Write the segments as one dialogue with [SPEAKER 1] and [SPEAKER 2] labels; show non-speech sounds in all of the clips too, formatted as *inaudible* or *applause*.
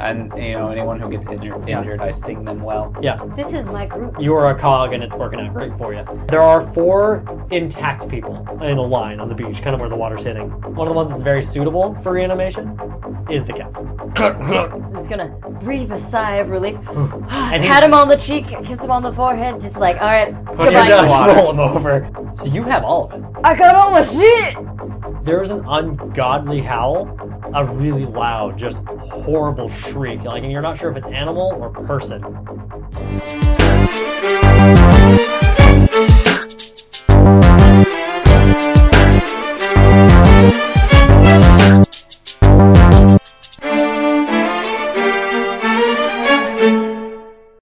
[SPEAKER 1] and you know anyone who gets injured,
[SPEAKER 2] Yeah.
[SPEAKER 1] injured I sing them well.
[SPEAKER 3] This is my group.
[SPEAKER 2] You are a cog and it's working out great for you. There are four intact people in a line on the beach, kind of where the water's hitting. One of the ones that's very suitable for reanimation is the cat.
[SPEAKER 3] I'm just gonna breathe a sigh of relief.
[SPEAKER 2] Hmm.
[SPEAKER 3] *sighs*
[SPEAKER 2] he's-
[SPEAKER 3] Pat him on the cheek, kiss him on the forehead, just like, alright,
[SPEAKER 2] Put him down,
[SPEAKER 3] goodbye.
[SPEAKER 2] roll him over. So you have all of it.
[SPEAKER 3] I got all my shit!
[SPEAKER 2] There is an ungodly howl, a really loud, just horrible shriek. Like, and you're not sure if it's animal or person.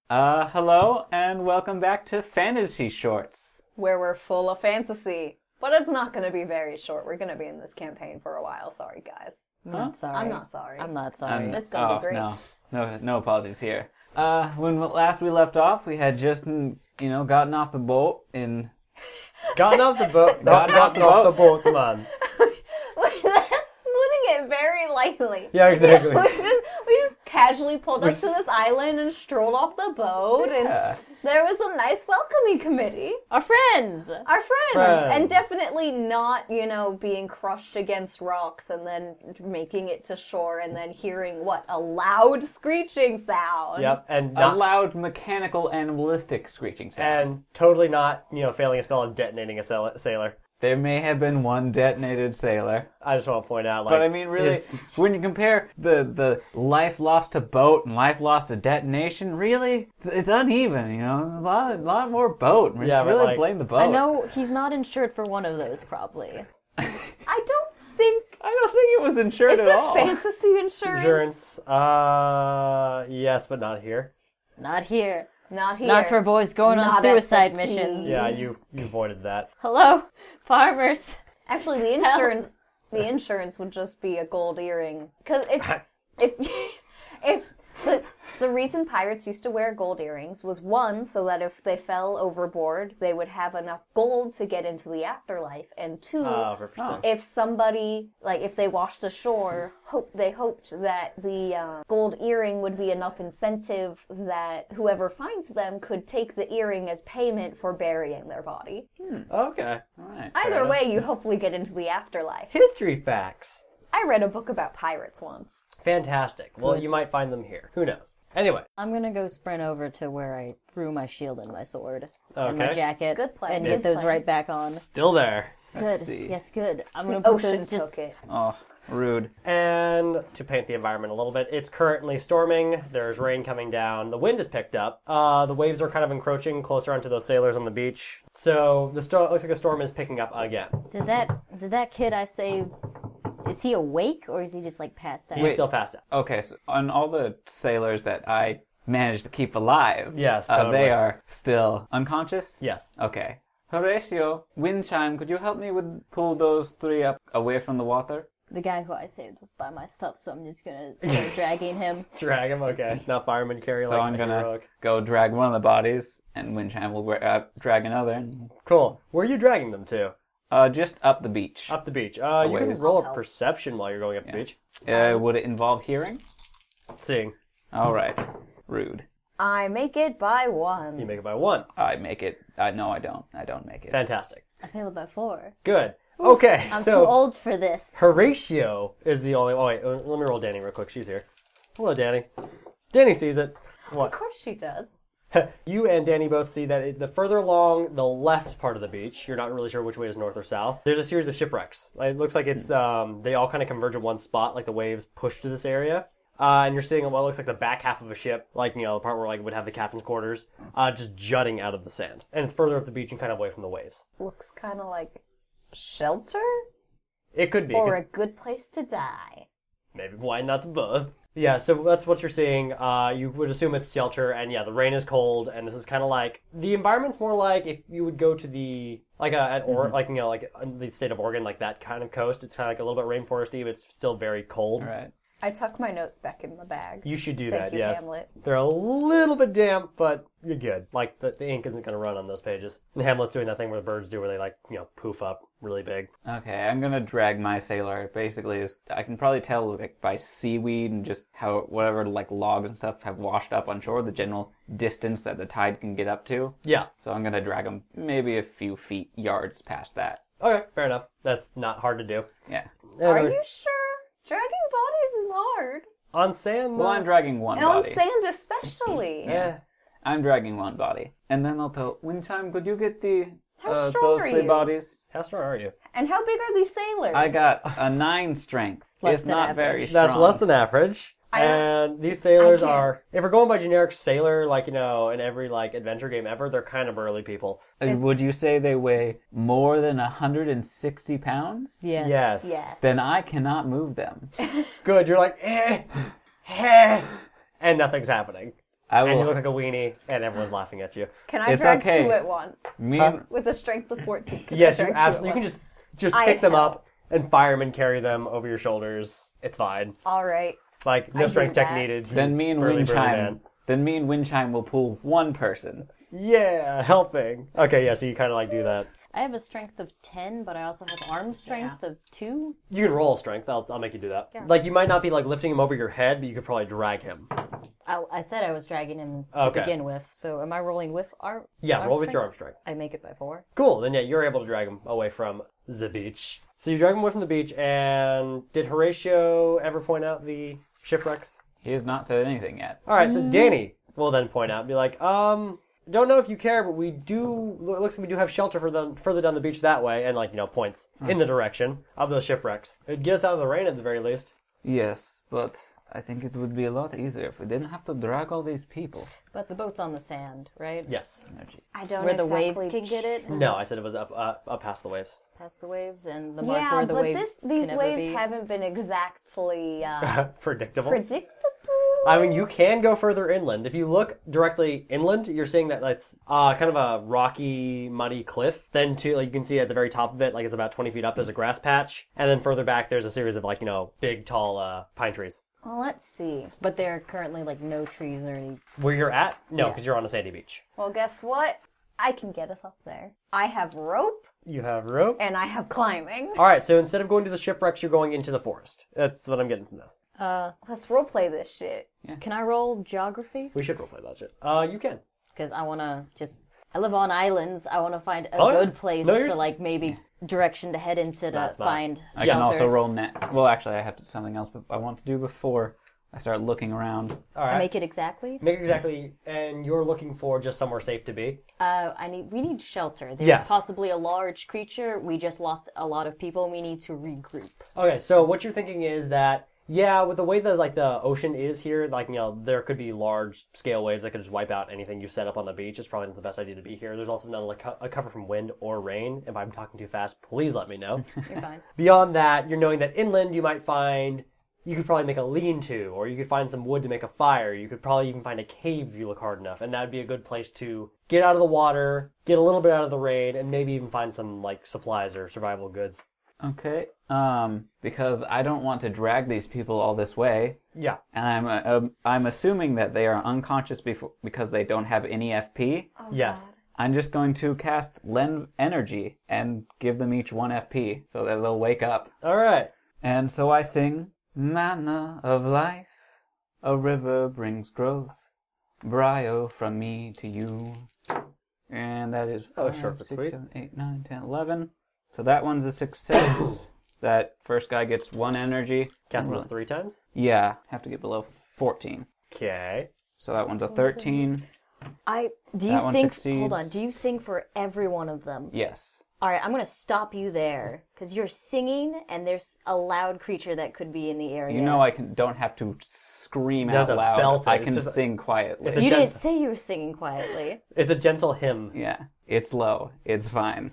[SPEAKER 1] Uh, hello and welcome back to Fantasy Shorts.
[SPEAKER 4] where we're full of fantasy. But it's not going to be very short. We're going to be in this campaign for a while. Sorry, guys.
[SPEAKER 3] I'm not sorry.
[SPEAKER 4] I'm not sorry.
[SPEAKER 3] I'm not sorry.
[SPEAKER 2] Um,
[SPEAKER 1] And-
[SPEAKER 4] It's gonna be
[SPEAKER 1] oh,
[SPEAKER 4] great.
[SPEAKER 1] No, no, no apologies here. Uh, when last we left off, we had just mm, you know gotten off the boat in
[SPEAKER 2] *laughs* Gotten off the boat.
[SPEAKER 1] Gotten off the
[SPEAKER 2] off boat, man.
[SPEAKER 4] *laughs* That's putting it very lightly.
[SPEAKER 2] Yeah, exactly.
[SPEAKER 4] *laughs* We just we just casually pulled up to this island and strolled off the boat, and there was a nice welcoming committee,
[SPEAKER 3] Our friends!
[SPEAKER 4] our friends,
[SPEAKER 2] Friends.
[SPEAKER 4] and definitely not you know being crushed against rocks and then making it to shore and then hearing what a loud screeching
[SPEAKER 2] *laughs*
[SPEAKER 4] sound.
[SPEAKER 2] Yep, and
[SPEAKER 1] a
[SPEAKER 2] not,
[SPEAKER 1] loud mechanical animalistic screeching sound.
[SPEAKER 2] and totally not, you know, failing a spell and detonating a sail- sailor.
[SPEAKER 1] there may have been one detonated sailor.
[SPEAKER 2] I just want to point out, like,
[SPEAKER 1] But I mean, really,
[SPEAKER 2] is-
[SPEAKER 1] when you compare the the life lost to boat and life lost to detonation, really, it's, it's uneven. You know, a lot a lot more boat. We
[SPEAKER 2] Yeah,
[SPEAKER 1] should
[SPEAKER 2] but,
[SPEAKER 1] really
[SPEAKER 2] like-
[SPEAKER 1] blame the boat.
[SPEAKER 2] oh.
[SPEAKER 3] I know he's not insured for one of those, probably.
[SPEAKER 4] I don't think
[SPEAKER 1] I don't think it was insured
[SPEAKER 4] is
[SPEAKER 1] at
[SPEAKER 4] there
[SPEAKER 1] all. *laughs*
[SPEAKER 4] fantasy insurance.
[SPEAKER 2] insurance. Uh, yes, but not here.
[SPEAKER 3] Not here.
[SPEAKER 4] Not here.
[SPEAKER 3] Not for boys going on
[SPEAKER 4] Not at the
[SPEAKER 3] suicide
[SPEAKER 4] sea.
[SPEAKER 3] missions.
[SPEAKER 2] Yeah, you you avoided that. uh,
[SPEAKER 3] Hello, farmers.
[SPEAKER 4] Actually, the insurance the insurance would just be a gold earring because
[SPEAKER 1] *laughs*
[SPEAKER 4] if if if the the reason pirates used to wear gold earrings was one so that if they fell overboard they would have enough gold to get into the afterlife and two
[SPEAKER 1] Ah,
[SPEAKER 2] Uh, for perspective.
[SPEAKER 4] if somebody like if they washed ashore hope they hoped that the uh, gold earring would be enough incentive that whoever finds them could take the earring as payment for burying their body
[SPEAKER 2] Okay.
[SPEAKER 1] Alright, fair
[SPEAKER 4] Either
[SPEAKER 1] enough.
[SPEAKER 4] way, you hopefully get into the afterlife.
[SPEAKER 2] History facts.
[SPEAKER 4] I read a book about pirates once.
[SPEAKER 2] Fantastic. Well, you might find them here. Who knows? Anyway,
[SPEAKER 3] I'm gonna go sprint over to where I threw my shield and my sword and my
[SPEAKER 2] Okay.
[SPEAKER 3] jacket
[SPEAKER 4] Good plan,
[SPEAKER 3] and
[SPEAKER 4] good
[SPEAKER 3] get those
[SPEAKER 4] plan.
[SPEAKER 3] right back on.
[SPEAKER 2] still there.
[SPEAKER 3] Good.
[SPEAKER 1] see.
[SPEAKER 3] Yes, good. I'm gonna put
[SPEAKER 4] Ocean
[SPEAKER 3] those just
[SPEAKER 4] took it.
[SPEAKER 1] Oh, rude.
[SPEAKER 2] And to paint the environment a little bit, it's currently storming. There's rain coming down. The wind has picked up. Uh, the waves are kind of encroaching closer onto those sailors on the beach. So the storm looks like a storm is picking up again.
[SPEAKER 3] Did that did that kid I saved is he awake or is he just like passed out?
[SPEAKER 2] He's still passed out.
[SPEAKER 1] Okay, so on all the sailors that I managed to keep alive,
[SPEAKER 2] Yes,
[SPEAKER 1] uh,
[SPEAKER 2] totally.
[SPEAKER 1] they are still unconscious.
[SPEAKER 2] Yes.
[SPEAKER 1] Okay. Horatio, wind chime, could you help me with pull those three up away from the water?
[SPEAKER 3] The guy who I saved was by my stuff, so I'm just
[SPEAKER 2] *laughs*
[SPEAKER 3] gonna start dragging him.
[SPEAKER 2] Drag him. *laughs* Okay. Now fireman carry
[SPEAKER 1] So
[SPEAKER 2] like
[SPEAKER 1] I'm
[SPEAKER 2] the
[SPEAKER 1] gonna
[SPEAKER 2] heroic.
[SPEAKER 1] go drag one of the bodies, and wind chime will gra- uh, drag another, and,
[SPEAKER 2] Cool. Where are you dragging them to?
[SPEAKER 1] uh, just up the beach.
[SPEAKER 2] Up the beach. Uh, you can
[SPEAKER 1] ways.
[SPEAKER 2] roll a perception while you're going up the beach.
[SPEAKER 1] Uh, would it involve hearing?
[SPEAKER 2] Seeing.
[SPEAKER 1] All right. Rude.
[SPEAKER 4] I make it by
[SPEAKER 2] You
[SPEAKER 4] one.
[SPEAKER 2] make it by one.
[SPEAKER 1] I make it. I no, I don't. I don't make it.
[SPEAKER 2] Fantastic.
[SPEAKER 3] I failed by four.
[SPEAKER 2] Good. Okay.
[SPEAKER 3] I'm
[SPEAKER 2] so
[SPEAKER 3] too old for this.
[SPEAKER 2] Horatio is the only. Oh wait, uh, let me roll Danny real quick. She's here. Hello, Danny. Danny sees it.
[SPEAKER 4] Of course she does.
[SPEAKER 2] *laughs* You and Danny both see that it, the further along the left part of the beach, you're not really sure which way is north or south. There's a series of shipwrecks. It looks like it's um, they all kind of converge at one spot, like the waves push to this area. Uh, and you're seeing what looks like the back half of a ship, like you know the part where like would have the captain's quarters, uh, just jutting out of the sand, and it's further up the beach and kind of away from the waves.
[SPEAKER 4] Looks kind of like shelter
[SPEAKER 2] It could be 'cause-
[SPEAKER 4] or a good place to die.
[SPEAKER 2] Maybe why not the both? Yeah, so that's what you're seeing. Uh, you would assume it's shelter, and yeah, the rain is cold, and this is kind of like the environment's more like if you would go to the like a, an or like you know like uh, the state of Oregon, like that kind of coast. It's kind of like a little bit rainforesty, but it's still very cold.
[SPEAKER 1] All right.
[SPEAKER 4] I tuck my notes back in the bag.
[SPEAKER 2] You should do
[SPEAKER 4] Thank
[SPEAKER 2] that.
[SPEAKER 4] you,
[SPEAKER 2] yes,
[SPEAKER 4] Hamlet.
[SPEAKER 2] they're a little bit damp, but you're good. Like the, the ink isn't going to run on those pages. And Hamlet's doing that thing where the birds do, where they like you know poof up really big.
[SPEAKER 1] Okay, I'm gonna drag my sailor. Basically, is I can probably tell like by seaweed and just how whatever like logs and stuff have washed up on shore, the general distance that the tide can get up to.
[SPEAKER 2] Yeah.
[SPEAKER 1] So I'm gonna drag him maybe a few feet yards past that.
[SPEAKER 2] Okay. Fair enough. That's not hard to do.
[SPEAKER 1] Yeah.
[SPEAKER 4] Are
[SPEAKER 2] Anyway,
[SPEAKER 4] you sure? Dragging bodies is hard.
[SPEAKER 2] on sand?
[SPEAKER 1] Well, I'm dragging one
[SPEAKER 4] And on
[SPEAKER 1] body.
[SPEAKER 4] sand especially.
[SPEAKER 2] yeah.
[SPEAKER 1] I'm dragging one body, and then I'll tell. Winchime, could you get the
[SPEAKER 4] How
[SPEAKER 1] uh,
[SPEAKER 4] strong
[SPEAKER 1] those
[SPEAKER 4] are
[SPEAKER 1] three
[SPEAKER 4] you?
[SPEAKER 1] bodies?
[SPEAKER 2] How strong are you?
[SPEAKER 4] And how big are these sailors?
[SPEAKER 1] I got a nine strength.
[SPEAKER 3] Less
[SPEAKER 1] it's
[SPEAKER 3] than
[SPEAKER 1] not
[SPEAKER 3] average.
[SPEAKER 1] very strong.
[SPEAKER 2] That's less than average.
[SPEAKER 4] I don't-
[SPEAKER 2] and these sailors
[SPEAKER 4] I can't-
[SPEAKER 2] are, if we're going by generic sailor, like you know, in every like adventure game ever, they're kind of burly people.
[SPEAKER 1] And Would you say they weigh more than 160 pounds?
[SPEAKER 3] Yes.
[SPEAKER 2] Yes.
[SPEAKER 4] Yes.
[SPEAKER 1] Then I cannot move them.
[SPEAKER 2] Good. You're like, eh, eh, and nothing's happening.
[SPEAKER 1] I
[SPEAKER 2] And
[SPEAKER 1] will.
[SPEAKER 2] you look like a weenie, and everyone's laughing at you.
[SPEAKER 4] Can I
[SPEAKER 1] It's
[SPEAKER 4] drag
[SPEAKER 1] okay.
[SPEAKER 4] two at once?
[SPEAKER 1] me
[SPEAKER 2] Huh?
[SPEAKER 1] and
[SPEAKER 4] With a strength of 14. Can I
[SPEAKER 2] Yes, you
[SPEAKER 4] drag two at
[SPEAKER 2] absolutely. You can
[SPEAKER 4] once?
[SPEAKER 2] just just
[SPEAKER 4] I
[SPEAKER 2] pick them
[SPEAKER 4] help.
[SPEAKER 2] up and firemen carry them over your shoulders. It's fine.
[SPEAKER 4] All right.
[SPEAKER 2] Like no
[SPEAKER 4] I
[SPEAKER 2] strength
[SPEAKER 4] did
[SPEAKER 2] check
[SPEAKER 4] that.
[SPEAKER 2] needed. you
[SPEAKER 1] then me and
[SPEAKER 2] burly, burly
[SPEAKER 1] Windchime. Then me and Windchime will pull one person.
[SPEAKER 2] man. Yeah, helping. Okay, yeah. So you kind of like do that.
[SPEAKER 3] I have a strength of 10, but I also have arm strength of 2.
[SPEAKER 2] You can roll strength. I'll, I'll make you do that. Like you might not be like lifting him over your head, but you could probably drag him.
[SPEAKER 3] I, I said I was dragging him to
[SPEAKER 2] Okay.
[SPEAKER 3] begin with, so am I rolling with arm?
[SPEAKER 2] Yeah,
[SPEAKER 3] arm
[SPEAKER 2] roll with
[SPEAKER 3] strength?
[SPEAKER 2] your arm strength.
[SPEAKER 3] I make it by 4.
[SPEAKER 2] Cool. Then yeah, you're able to drag him away from the beach. So you drag him away from the beach. And did Horatio ever point out the shipwrecks?
[SPEAKER 1] He has not said anything yet.
[SPEAKER 2] All right, so
[SPEAKER 3] Mm.
[SPEAKER 2] Danny will then point out, and be like, um, don't know if you care, but we do. lo- Looks like we do have shelter for the, further down the beach that way, and like you know, points in the direction of those shipwrecks. It'd get us out of the rain at the very least.
[SPEAKER 1] Yes, but I think it would be a lot easier if we didn't have to drag all these people.
[SPEAKER 3] But the boat's on the sand, right?
[SPEAKER 2] Yes.
[SPEAKER 4] I don't
[SPEAKER 3] Where the
[SPEAKER 4] exactly
[SPEAKER 3] waves can get it, and
[SPEAKER 2] No, I said it was up, uh, up past the waves. *laughs*
[SPEAKER 3] past the waves, and the mark
[SPEAKER 4] Yeah,
[SPEAKER 3] where the
[SPEAKER 4] but
[SPEAKER 3] waves
[SPEAKER 4] this,
[SPEAKER 3] can
[SPEAKER 4] these
[SPEAKER 3] ever
[SPEAKER 4] waves
[SPEAKER 3] be.
[SPEAKER 4] haven't been exactly
[SPEAKER 2] *laughs*
[SPEAKER 4] uh,
[SPEAKER 2] Predictable.
[SPEAKER 4] predictable.
[SPEAKER 2] I mean, you can go further inland. If you look directly inland, you're seeing that that's uh, kind of a rocky, muddy cliff. Then, too, like you can see at the very top of it, like it's about 20 feet up, there's a grass patch, and then further back, there's a series of like you know, big, tall uh, pine trees.
[SPEAKER 4] Well, let's see.
[SPEAKER 3] But there are currently like no trees or any.
[SPEAKER 2] Where you're at? No, because you're on a sandy beach.
[SPEAKER 4] Well, guess what? I can get us up there. I have rope
[SPEAKER 2] You have rope.
[SPEAKER 4] and I have climbing.
[SPEAKER 2] All right, so instead of going to the shipwrecks, you're going into the forest. That's what I'm getting from this.
[SPEAKER 4] Let's roleplay this shit.
[SPEAKER 3] Can I roll geography?
[SPEAKER 2] We should roleplay that shit. Uh, you can.
[SPEAKER 3] Because I want to just. I live on islands. I want to find a
[SPEAKER 2] Oh, yeah.
[SPEAKER 3] good place
[SPEAKER 2] No, you're-
[SPEAKER 3] to like maybe direction to head into to
[SPEAKER 2] smart.
[SPEAKER 3] find
[SPEAKER 1] I
[SPEAKER 3] shelter.
[SPEAKER 1] can also roll net. Well, actually, I have to, something else but I want to do before I start looking around.
[SPEAKER 2] All right.
[SPEAKER 3] I make it exactly.
[SPEAKER 2] Make it exactly, and you're looking for just somewhere safe to be.
[SPEAKER 3] Uh, I need. We need shelter. There's
[SPEAKER 2] Yes.
[SPEAKER 3] possibly a large creature. We just lost a lot of people. We need to regroup.
[SPEAKER 2] Okay, so what you're thinking is that yeah, with the way that like the ocean is here, like you know, there could be large scale waves that could just wipe out anything you set up on the beach. It's probably not the best idea to be here. There's also not like co- a cover from wind or rain. If I'm talking too fast, please let me know.
[SPEAKER 3] *laughs* You're fine.
[SPEAKER 2] Beyond that, you're knowing that inland you might find you could probably make a lean-to, or you could find some wood to make a fire. You could probably even find a cave if you look hard enough, and that'd be a good place to get out of the water, get a little bit out of the rain, and maybe even find some like supplies or survival goods.
[SPEAKER 1] Okay. Um, because I don't want to drag these people all this way,
[SPEAKER 2] Yeah.
[SPEAKER 1] and I'm uh, um, I'm assuming that they are unconscious before because they don't have any FP.
[SPEAKER 3] Oh,
[SPEAKER 2] yes.
[SPEAKER 1] I'm just going to cast lend energy and give them each one FP so that they'll wake up.
[SPEAKER 2] All right.
[SPEAKER 1] And so I sing, Manna of life, a river brings growth, brio from me to you. And that is
[SPEAKER 2] That
[SPEAKER 1] five,
[SPEAKER 2] was
[SPEAKER 1] six,
[SPEAKER 2] short
[SPEAKER 1] seven,
[SPEAKER 2] but
[SPEAKER 1] eight, nine, ten, eleven.
[SPEAKER 2] sweet.
[SPEAKER 1] So that one's a success. *coughs* that first guy gets one energy.
[SPEAKER 2] Cast those three times.
[SPEAKER 1] Yeah, have to get below 14.
[SPEAKER 2] Okay.
[SPEAKER 1] So that one's a 13.
[SPEAKER 3] I do you
[SPEAKER 1] That one
[SPEAKER 3] sing?
[SPEAKER 1] succeeds.
[SPEAKER 3] Hold on. Do you sing for every one of them?
[SPEAKER 1] Yes.
[SPEAKER 3] All right, I'm gonna stop you there because you're singing, and there's a loud creature that could be in the area.
[SPEAKER 1] You know I can don't have to scream
[SPEAKER 2] have
[SPEAKER 1] out
[SPEAKER 2] to
[SPEAKER 1] loud.
[SPEAKER 2] belt it.
[SPEAKER 1] I
[SPEAKER 2] It's
[SPEAKER 1] can
[SPEAKER 2] just-
[SPEAKER 1] sing quietly.
[SPEAKER 2] It's a
[SPEAKER 3] you
[SPEAKER 2] gen-
[SPEAKER 3] didn't say you were singing quietly.
[SPEAKER 2] It's a gentle hymn.
[SPEAKER 1] Yeah. It's low. It's fine.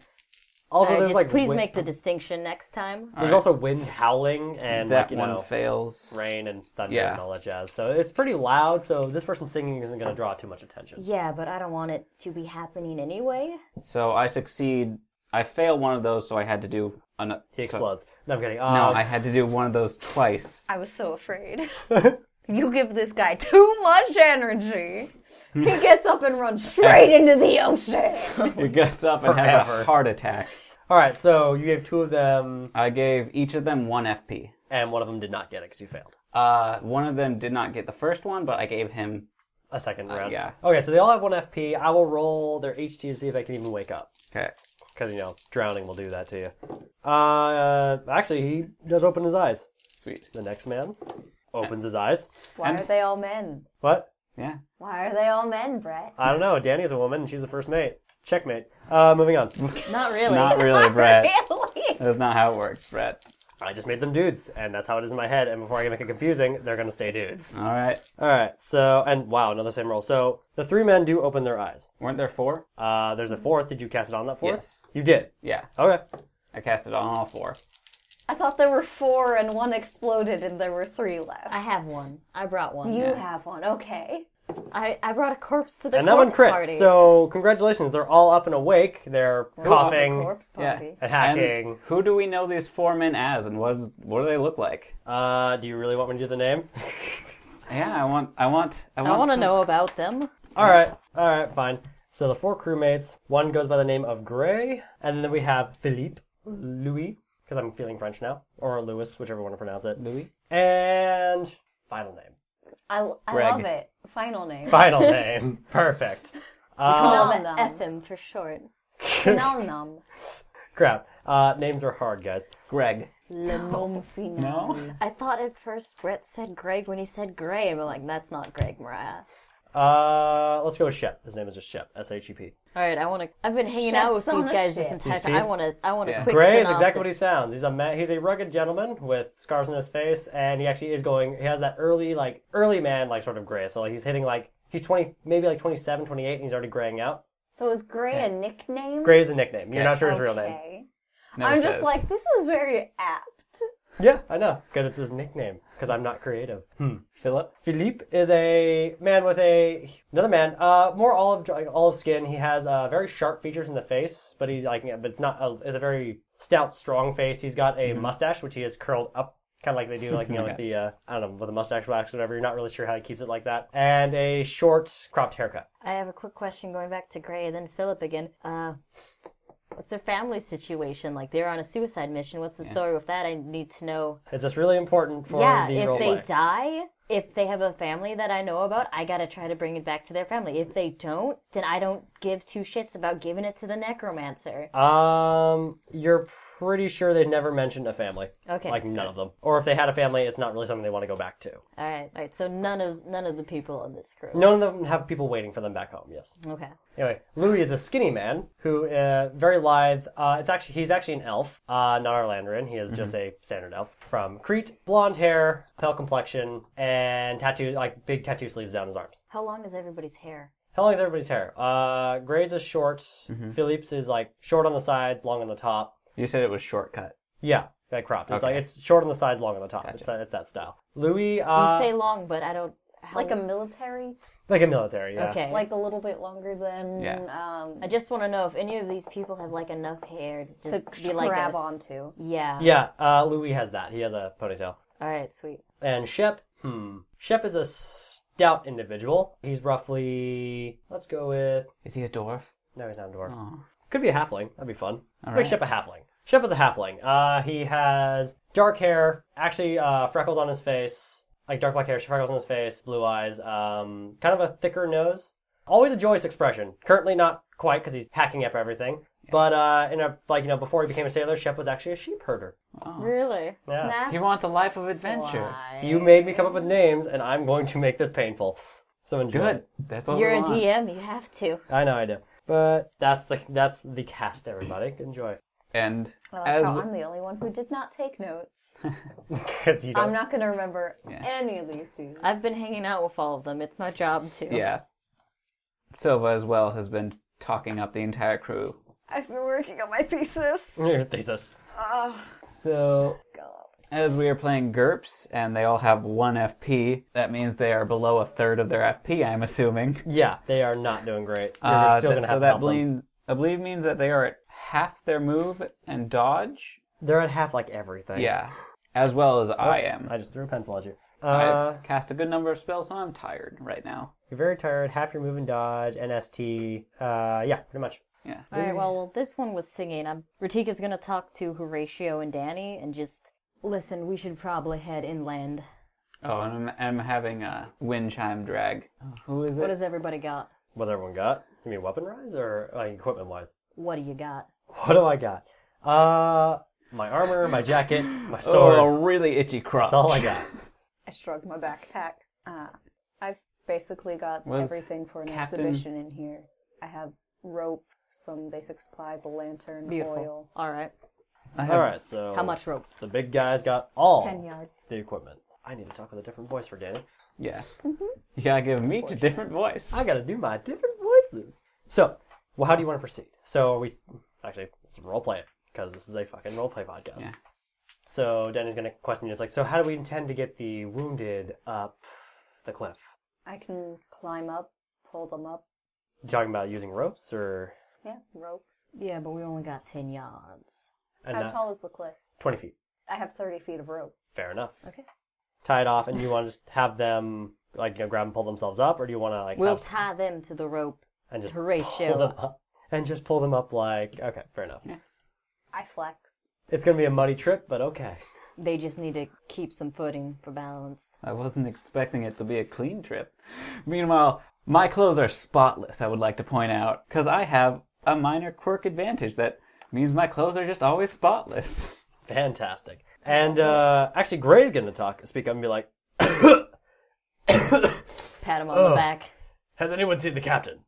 [SPEAKER 2] Also,
[SPEAKER 3] Uh,
[SPEAKER 2] there's
[SPEAKER 3] just
[SPEAKER 2] like
[SPEAKER 3] please
[SPEAKER 2] wind,
[SPEAKER 3] make the distinction next time.
[SPEAKER 2] There's also wind howling and
[SPEAKER 1] That
[SPEAKER 2] like, you
[SPEAKER 1] one
[SPEAKER 2] know
[SPEAKER 1] fails.
[SPEAKER 2] rain and thunder
[SPEAKER 1] Yeah.
[SPEAKER 2] and all that jazz. So it's pretty loud. So this person singing isn't going to draw too much attention.
[SPEAKER 3] Yeah, but I don't want it to be happening anyway.
[SPEAKER 1] So I succeed. I failed one of those, so I had to do an.
[SPEAKER 2] He explodes. no, I'm kidding. Uh,
[SPEAKER 1] No, I had to do one of those
[SPEAKER 2] *laughs*
[SPEAKER 1] twice.
[SPEAKER 4] I was
[SPEAKER 1] *laughs*
[SPEAKER 4] so afraid. you give this guy too much energy.
[SPEAKER 1] *laughs*
[SPEAKER 4] He gets up and runs straight into the ocean.
[SPEAKER 1] It gets up and has
[SPEAKER 2] Forever.
[SPEAKER 1] a heart attack.
[SPEAKER 2] All right, so you gave two of them,
[SPEAKER 1] I gave each of them one FP.
[SPEAKER 2] and one of them did not get it because you failed.
[SPEAKER 1] Uh, one of them did not get the first one, but I gave him.
[SPEAKER 2] A second round.
[SPEAKER 1] yeah.
[SPEAKER 2] Okay, so they all have one FP. I will roll their HT to see if they can even wake up.
[SPEAKER 1] Okay.
[SPEAKER 2] Because, you know, drowning will do that to you. Uh, actually, he does open his eyes.
[SPEAKER 1] Sweet.
[SPEAKER 2] The next man opens his eyes.
[SPEAKER 4] Why are they all men?
[SPEAKER 2] What?
[SPEAKER 1] Yeah.
[SPEAKER 4] Why are they all men, Brett?
[SPEAKER 2] I don't know. Danny's a woman, and she's the first mate. Checkmate. Uh, moving on.
[SPEAKER 3] Not really. *laughs*
[SPEAKER 1] Not really, Brett.
[SPEAKER 4] Really?
[SPEAKER 1] That's not how it works, Brett.
[SPEAKER 2] I just made them dudes, and that's how it is in my head. And before I can make it confusing, they're going to stay dudes.
[SPEAKER 1] All right.
[SPEAKER 2] All right, so, and wow, another same roll. So the three men do open their eyes.
[SPEAKER 1] Weren't there four?
[SPEAKER 2] Uh, there's a fourth. Did you cast it on that fourth?
[SPEAKER 1] Yes.
[SPEAKER 2] You did.
[SPEAKER 1] Yeah.
[SPEAKER 2] Okay.
[SPEAKER 1] I cast it on all four.
[SPEAKER 4] I thought there were four and one exploded and there were three left.
[SPEAKER 3] I have one. I brought one.
[SPEAKER 4] You have one, okay.
[SPEAKER 3] I, I brought a corpse to the
[SPEAKER 2] And that one
[SPEAKER 3] corpse
[SPEAKER 2] crits.
[SPEAKER 3] party.
[SPEAKER 2] So congratulations, they're all up and awake. They're coughing
[SPEAKER 4] Corpse
[SPEAKER 1] Yeah.
[SPEAKER 4] party.
[SPEAKER 2] and
[SPEAKER 1] And
[SPEAKER 2] hacking.
[SPEAKER 1] who do we know these four men as, and what is what do they look like?
[SPEAKER 2] Uh, do you really want me to do the name?
[SPEAKER 1] Yeah, I want, I want, I want.
[SPEAKER 3] I want to
[SPEAKER 1] some-
[SPEAKER 3] know about them.
[SPEAKER 2] all right, all right, fine. So the four crewmates. One goes by the name of Gray, and then we have Philippe, Louis, because I'm feeling French now, or Louis, whichever one to pronounce it. Louis. And final name.
[SPEAKER 4] I, I
[SPEAKER 1] Greg.
[SPEAKER 4] love it. Final name.
[SPEAKER 2] Final name. Perfect.
[SPEAKER 3] Call
[SPEAKER 4] Nom
[SPEAKER 3] them
[SPEAKER 4] nom.
[SPEAKER 3] FM for short.
[SPEAKER 4] Nom nom.
[SPEAKER 2] Crap. Uh, names are hard, guys.
[SPEAKER 1] Greg.
[SPEAKER 4] Le nom final. *laughs*
[SPEAKER 1] No.
[SPEAKER 3] I thought at first Brett said Greg when he said Gray, and we're like, that's not Greg Morass.
[SPEAKER 2] Uh, let's go with Shep. His name is just Shep. S H E P.
[SPEAKER 3] All right, I want to. I've been hanging
[SPEAKER 4] Shep's
[SPEAKER 3] out with
[SPEAKER 4] on
[SPEAKER 3] these
[SPEAKER 4] a
[SPEAKER 3] guys
[SPEAKER 4] ship.
[SPEAKER 3] this entire
[SPEAKER 2] These
[SPEAKER 3] time. I
[SPEAKER 2] dudes?
[SPEAKER 3] want to. I want to
[SPEAKER 1] Yeah.
[SPEAKER 3] quick
[SPEAKER 2] Gray is
[SPEAKER 3] synopsis.
[SPEAKER 2] exactly what he sounds. He's a ma- he's a rugged gentleman with scars on his face, and he actually is going. He has that early like early man like sort of gray. So like he's hitting like he's twenty maybe like 27, 28, and he's already graying out.
[SPEAKER 4] So is Gray a nickname?
[SPEAKER 2] Gray is a nickname. You're
[SPEAKER 1] Okay.
[SPEAKER 2] not sure his real name.
[SPEAKER 4] Okay.
[SPEAKER 1] Never
[SPEAKER 4] I'm just
[SPEAKER 1] says.
[SPEAKER 4] like, this is very apt.
[SPEAKER 2] Yeah, I know because it's his nickname. Because I'm not creative. Hmm.
[SPEAKER 1] Philip.
[SPEAKER 2] Philippe is a man with a another man, uh, more olive like, olive skin. He has uh, very sharp features in the face, but he like yeah, but it's not a, it's a very stout, strong face. He's got a mustache which he has curled up, kind of like they do like you know with the uh, I don't know with a mustache wax or whatever. You're not really sure how he keeps it like that, and a short cropped haircut.
[SPEAKER 3] I have a quick question going back to Gray and then Philip again. Uh, what's their family situation like? They're on a suicide mission. What's the story with that? I need to know.
[SPEAKER 2] Is this really important for
[SPEAKER 3] yeah,
[SPEAKER 2] the
[SPEAKER 3] if
[SPEAKER 2] role
[SPEAKER 3] they
[SPEAKER 2] play?
[SPEAKER 3] die, if they have a family that I know about, I gotta try to bring it back to their family. If they don't, then I don't give two shits about giving it to the necromancer.
[SPEAKER 2] Um, you're pretty sure they've never mentioned a family.
[SPEAKER 3] Okay.
[SPEAKER 2] Like none of them, or if they had a family, it's not really something they want to go back to.
[SPEAKER 3] All right, all right. So none of none of the people on this crew.
[SPEAKER 2] None of them have people waiting for them back home. Yes.
[SPEAKER 3] Okay.
[SPEAKER 2] Anyway, Louis is a skinny man who uh, very lithe. Uh, it's actually he's actually an elf, uh, not Arlandarin. He is just a standard elf from Crete. Blonde hair, pale complexion, and tattoo like big tattoo sleeves down his arms.
[SPEAKER 3] How long is everybody's hair?
[SPEAKER 2] How long is everybody's hair? Uh, Gray's is short. Philippe's is like short on the sides, long on the top.
[SPEAKER 1] You said it was shortcut.
[SPEAKER 2] Yeah, that cropped. It's
[SPEAKER 1] Okay.
[SPEAKER 2] like it's short on the sides, long on the top. It's that it's that style. Louis,
[SPEAKER 3] You
[SPEAKER 2] uh,
[SPEAKER 3] say long, but I don't. How,
[SPEAKER 4] Like a military?
[SPEAKER 2] like a military. Yeah.
[SPEAKER 3] Um, okay.
[SPEAKER 4] Like a little bit longer than
[SPEAKER 1] Yeah.
[SPEAKER 4] um,
[SPEAKER 3] I just want to know if any of these people have like enough hair to
[SPEAKER 4] to
[SPEAKER 3] just be like
[SPEAKER 4] grab
[SPEAKER 3] a,
[SPEAKER 4] onto.
[SPEAKER 3] Yeah.
[SPEAKER 2] Yeah. Uh, Louis has that. He has a ponytail.
[SPEAKER 3] All right, sweet.
[SPEAKER 2] And Shep, hmm. Shep is a stout individual. He's roughly, let's go with,
[SPEAKER 1] Is he a dwarf?
[SPEAKER 2] no, he's not a dwarf.
[SPEAKER 1] Aw.
[SPEAKER 2] Could be a halfling. That'd be fun. Let's make Shep a halfling. Shep is a halfling. Uh, he has dark hair, actually uh, freckles on his face, like dark black hair, freckles on his face, blue eyes, um, kind of a thicker nose. Always a joyous expression. Currently not quite because he's hacking up everything. But uh, in a like you know before he became a sailor, Shep was actually a sheep herder.
[SPEAKER 3] Really?
[SPEAKER 2] Yeah.
[SPEAKER 1] He wants a life of adventure.
[SPEAKER 2] You made me come up with names, and I'm going to make this painful. So enjoy.
[SPEAKER 1] Good. That's what
[SPEAKER 3] You're
[SPEAKER 1] we
[SPEAKER 3] a
[SPEAKER 1] want.
[SPEAKER 3] DM. You have to.
[SPEAKER 2] I know I do. But that's the that's the cast, everybody. Enjoy. *laughs*
[SPEAKER 1] And
[SPEAKER 4] I like
[SPEAKER 1] as
[SPEAKER 4] how
[SPEAKER 1] we-
[SPEAKER 4] I'm the only one who did not take notes.
[SPEAKER 2] 'Cause you
[SPEAKER 4] I'm
[SPEAKER 2] don't.
[SPEAKER 4] not going to remember any of these dudes.
[SPEAKER 3] I've been hanging out with all of them. It's my job to.
[SPEAKER 1] yeah, Silva as well has been talking up the entire crew.
[SPEAKER 4] I've been working on my thesis.
[SPEAKER 2] Your thesis.
[SPEAKER 1] So
[SPEAKER 4] God.
[SPEAKER 1] as we are playing GURPS and they all have one FP, that means they are below a third of their FP. I'm
[SPEAKER 2] *laughs*
[SPEAKER 1] assuming.
[SPEAKER 2] Yeah, they are not doing great. You're
[SPEAKER 1] Uh,
[SPEAKER 2] still
[SPEAKER 1] that-
[SPEAKER 2] gonna
[SPEAKER 1] so
[SPEAKER 2] have to
[SPEAKER 1] that
[SPEAKER 2] help them.
[SPEAKER 1] means I believe means that they are at half their move and dodge.
[SPEAKER 2] They're at half like everything.
[SPEAKER 1] Yeah, as well as I am.
[SPEAKER 2] I just threw a pencil at you.
[SPEAKER 1] I've
[SPEAKER 2] Uh,
[SPEAKER 1] cast a good number of spells, and I'm tired right now.
[SPEAKER 2] you're very tired. Half your move and dodge. NST. Uh, yeah, pretty much.
[SPEAKER 1] Yeah.
[SPEAKER 3] All right. Well, this one was singing. Um, Ratika's gonna talk to Horatio and Danny and just listen. We should probably head inland.
[SPEAKER 1] Oh, and I'm, I'm having a wind chime drag. Oh, who is it?
[SPEAKER 3] What does everybody got?
[SPEAKER 2] What's everyone got? You mean weapon wise or like equipment wise?
[SPEAKER 3] What do you got?
[SPEAKER 2] *laughs* What do I got? Uh, my armor, my jacket, *laughs* my sword.
[SPEAKER 1] oh, a really itchy crotch.
[SPEAKER 2] That's all I *laughs* got.
[SPEAKER 4] I shrugged my backpack. Uh, I've basically got
[SPEAKER 1] Was
[SPEAKER 4] everything for an
[SPEAKER 1] Captain-
[SPEAKER 4] exhibition in here. I have rope, some basic supplies, a lantern,
[SPEAKER 3] Beautiful.
[SPEAKER 4] oil.
[SPEAKER 3] All right.
[SPEAKER 1] I have
[SPEAKER 2] All right, so
[SPEAKER 3] How much rope?
[SPEAKER 2] The big guy's got all
[SPEAKER 4] 10 yards.
[SPEAKER 2] the equipment. I need to talk with a different voice for Danny.
[SPEAKER 1] Yeah. You gotta give me a different voice.
[SPEAKER 2] I gotta do my different voices. So, well, how do you want to proceed? So, are we actually let's roleplay it because this is a fucking roleplay podcast.
[SPEAKER 1] Yeah.
[SPEAKER 2] So Danny's gonna question you. It's like, so how do we intend to get the wounded up the cliff?
[SPEAKER 4] I can climb up, pull them up.
[SPEAKER 2] You talking about using ropes or
[SPEAKER 4] Yeah, rope.
[SPEAKER 3] Yeah, but we only got ten yards.
[SPEAKER 2] and,
[SPEAKER 4] How
[SPEAKER 2] uh,
[SPEAKER 4] tall is the cliff?
[SPEAKER 2] twenty feet?
[SPEAKER 4] I have 30 feet of rope.
[SPEAKER 2] Fair enough.
[SPEAKER 4] Okay.
[SPEAKER 2] Tie it off, and you want to just have them like you know, grab and pull themselves up, or do you want to like
[SPEAKER 3] We'll
[SPEAKER 2] have
[SPEAKER 3] tie them to the rope.
[SPEAKER 2] and just pull them
[SPEAKER 3] Horatio.
[SPEAKER 2] up and just pull them up like okay, fair enough.
[SPEAKER 4] I flex.
[SPEAKER 2] It's gonna be a muddy trip, but okay.
[SPEAKER 3] They just need to keep some footing for balance.
[SPEAKER 1] I wasn't expecting it to be a clean trip. Meanwhile, my clothes are spotless, I would like to point out, because I have a minor quirk advantage that means my clothes are just always spotless. *laughs*
[SPEAKER 2] Fantastic. And uh, actually, Gray's going to talk, speak up, and be like,
[SPEAKER 3] Pat him on the back.
[SPEAKER 2] "Has anyone seen the captain?"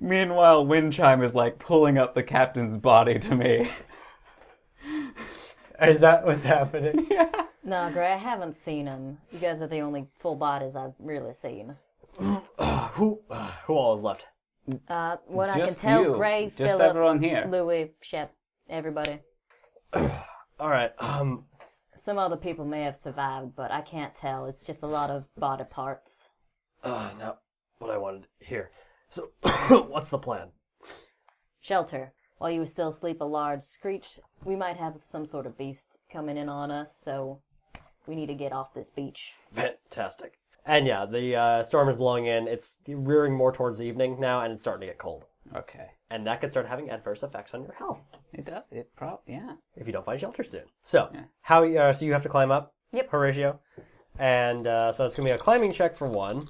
[SPEAKER 1] Meanwhile, Windchime is like pulling up the captain's body to me.
[SPEAKER 2] Is that what's happening? *sighs*
[SPEAKER 3] No, Gray, I haven't seen him. You guys are the only full bodies I've really seen.
[SPEAKER 2] who, uh, who all is left?
[SPEAKER 3] Uh, what I can
[SPEAKER 1] just
[SPEAKER 3] tell,
[SPEAKER 1] you.
[SPEAKER 3] Gray,
[SPEAKER 1] just
[SPEAKER 3] Philip,
[SPEAKER 1] everyone here.
[SPEAKER 3] Louis, Shep, everybody.
[SPEAKER 2] All right. Um,
[SPEAKER 3] Some other people may have survived, but I can't tell. It's just a lot of body parts.
[SPEAKER 2] uh, now what I wanted here. So, *coughs* what's the plan?
[SPEAKER 3] Shelter. While you still sleep, a large screech. We might have some sort of beast coming in on us, so we need to get off this beach.
[SPEAKER 2] Fantastic. And yeah, the uh, storm is blowing in. It's rearing more towards the evening now, and it's starting to get cold.
[SPEAKER 1] Okay.
[SPEAKER 2] And that could start having adverse effects on your health
[SPEAKER 1] It does. It probably, yeah.
[SPEAKER 2] if you don't find shelter soon. So, how? Uh, so you have to climb up. Yep. Horatio. And uh, so it's gonna be a climbing check for one.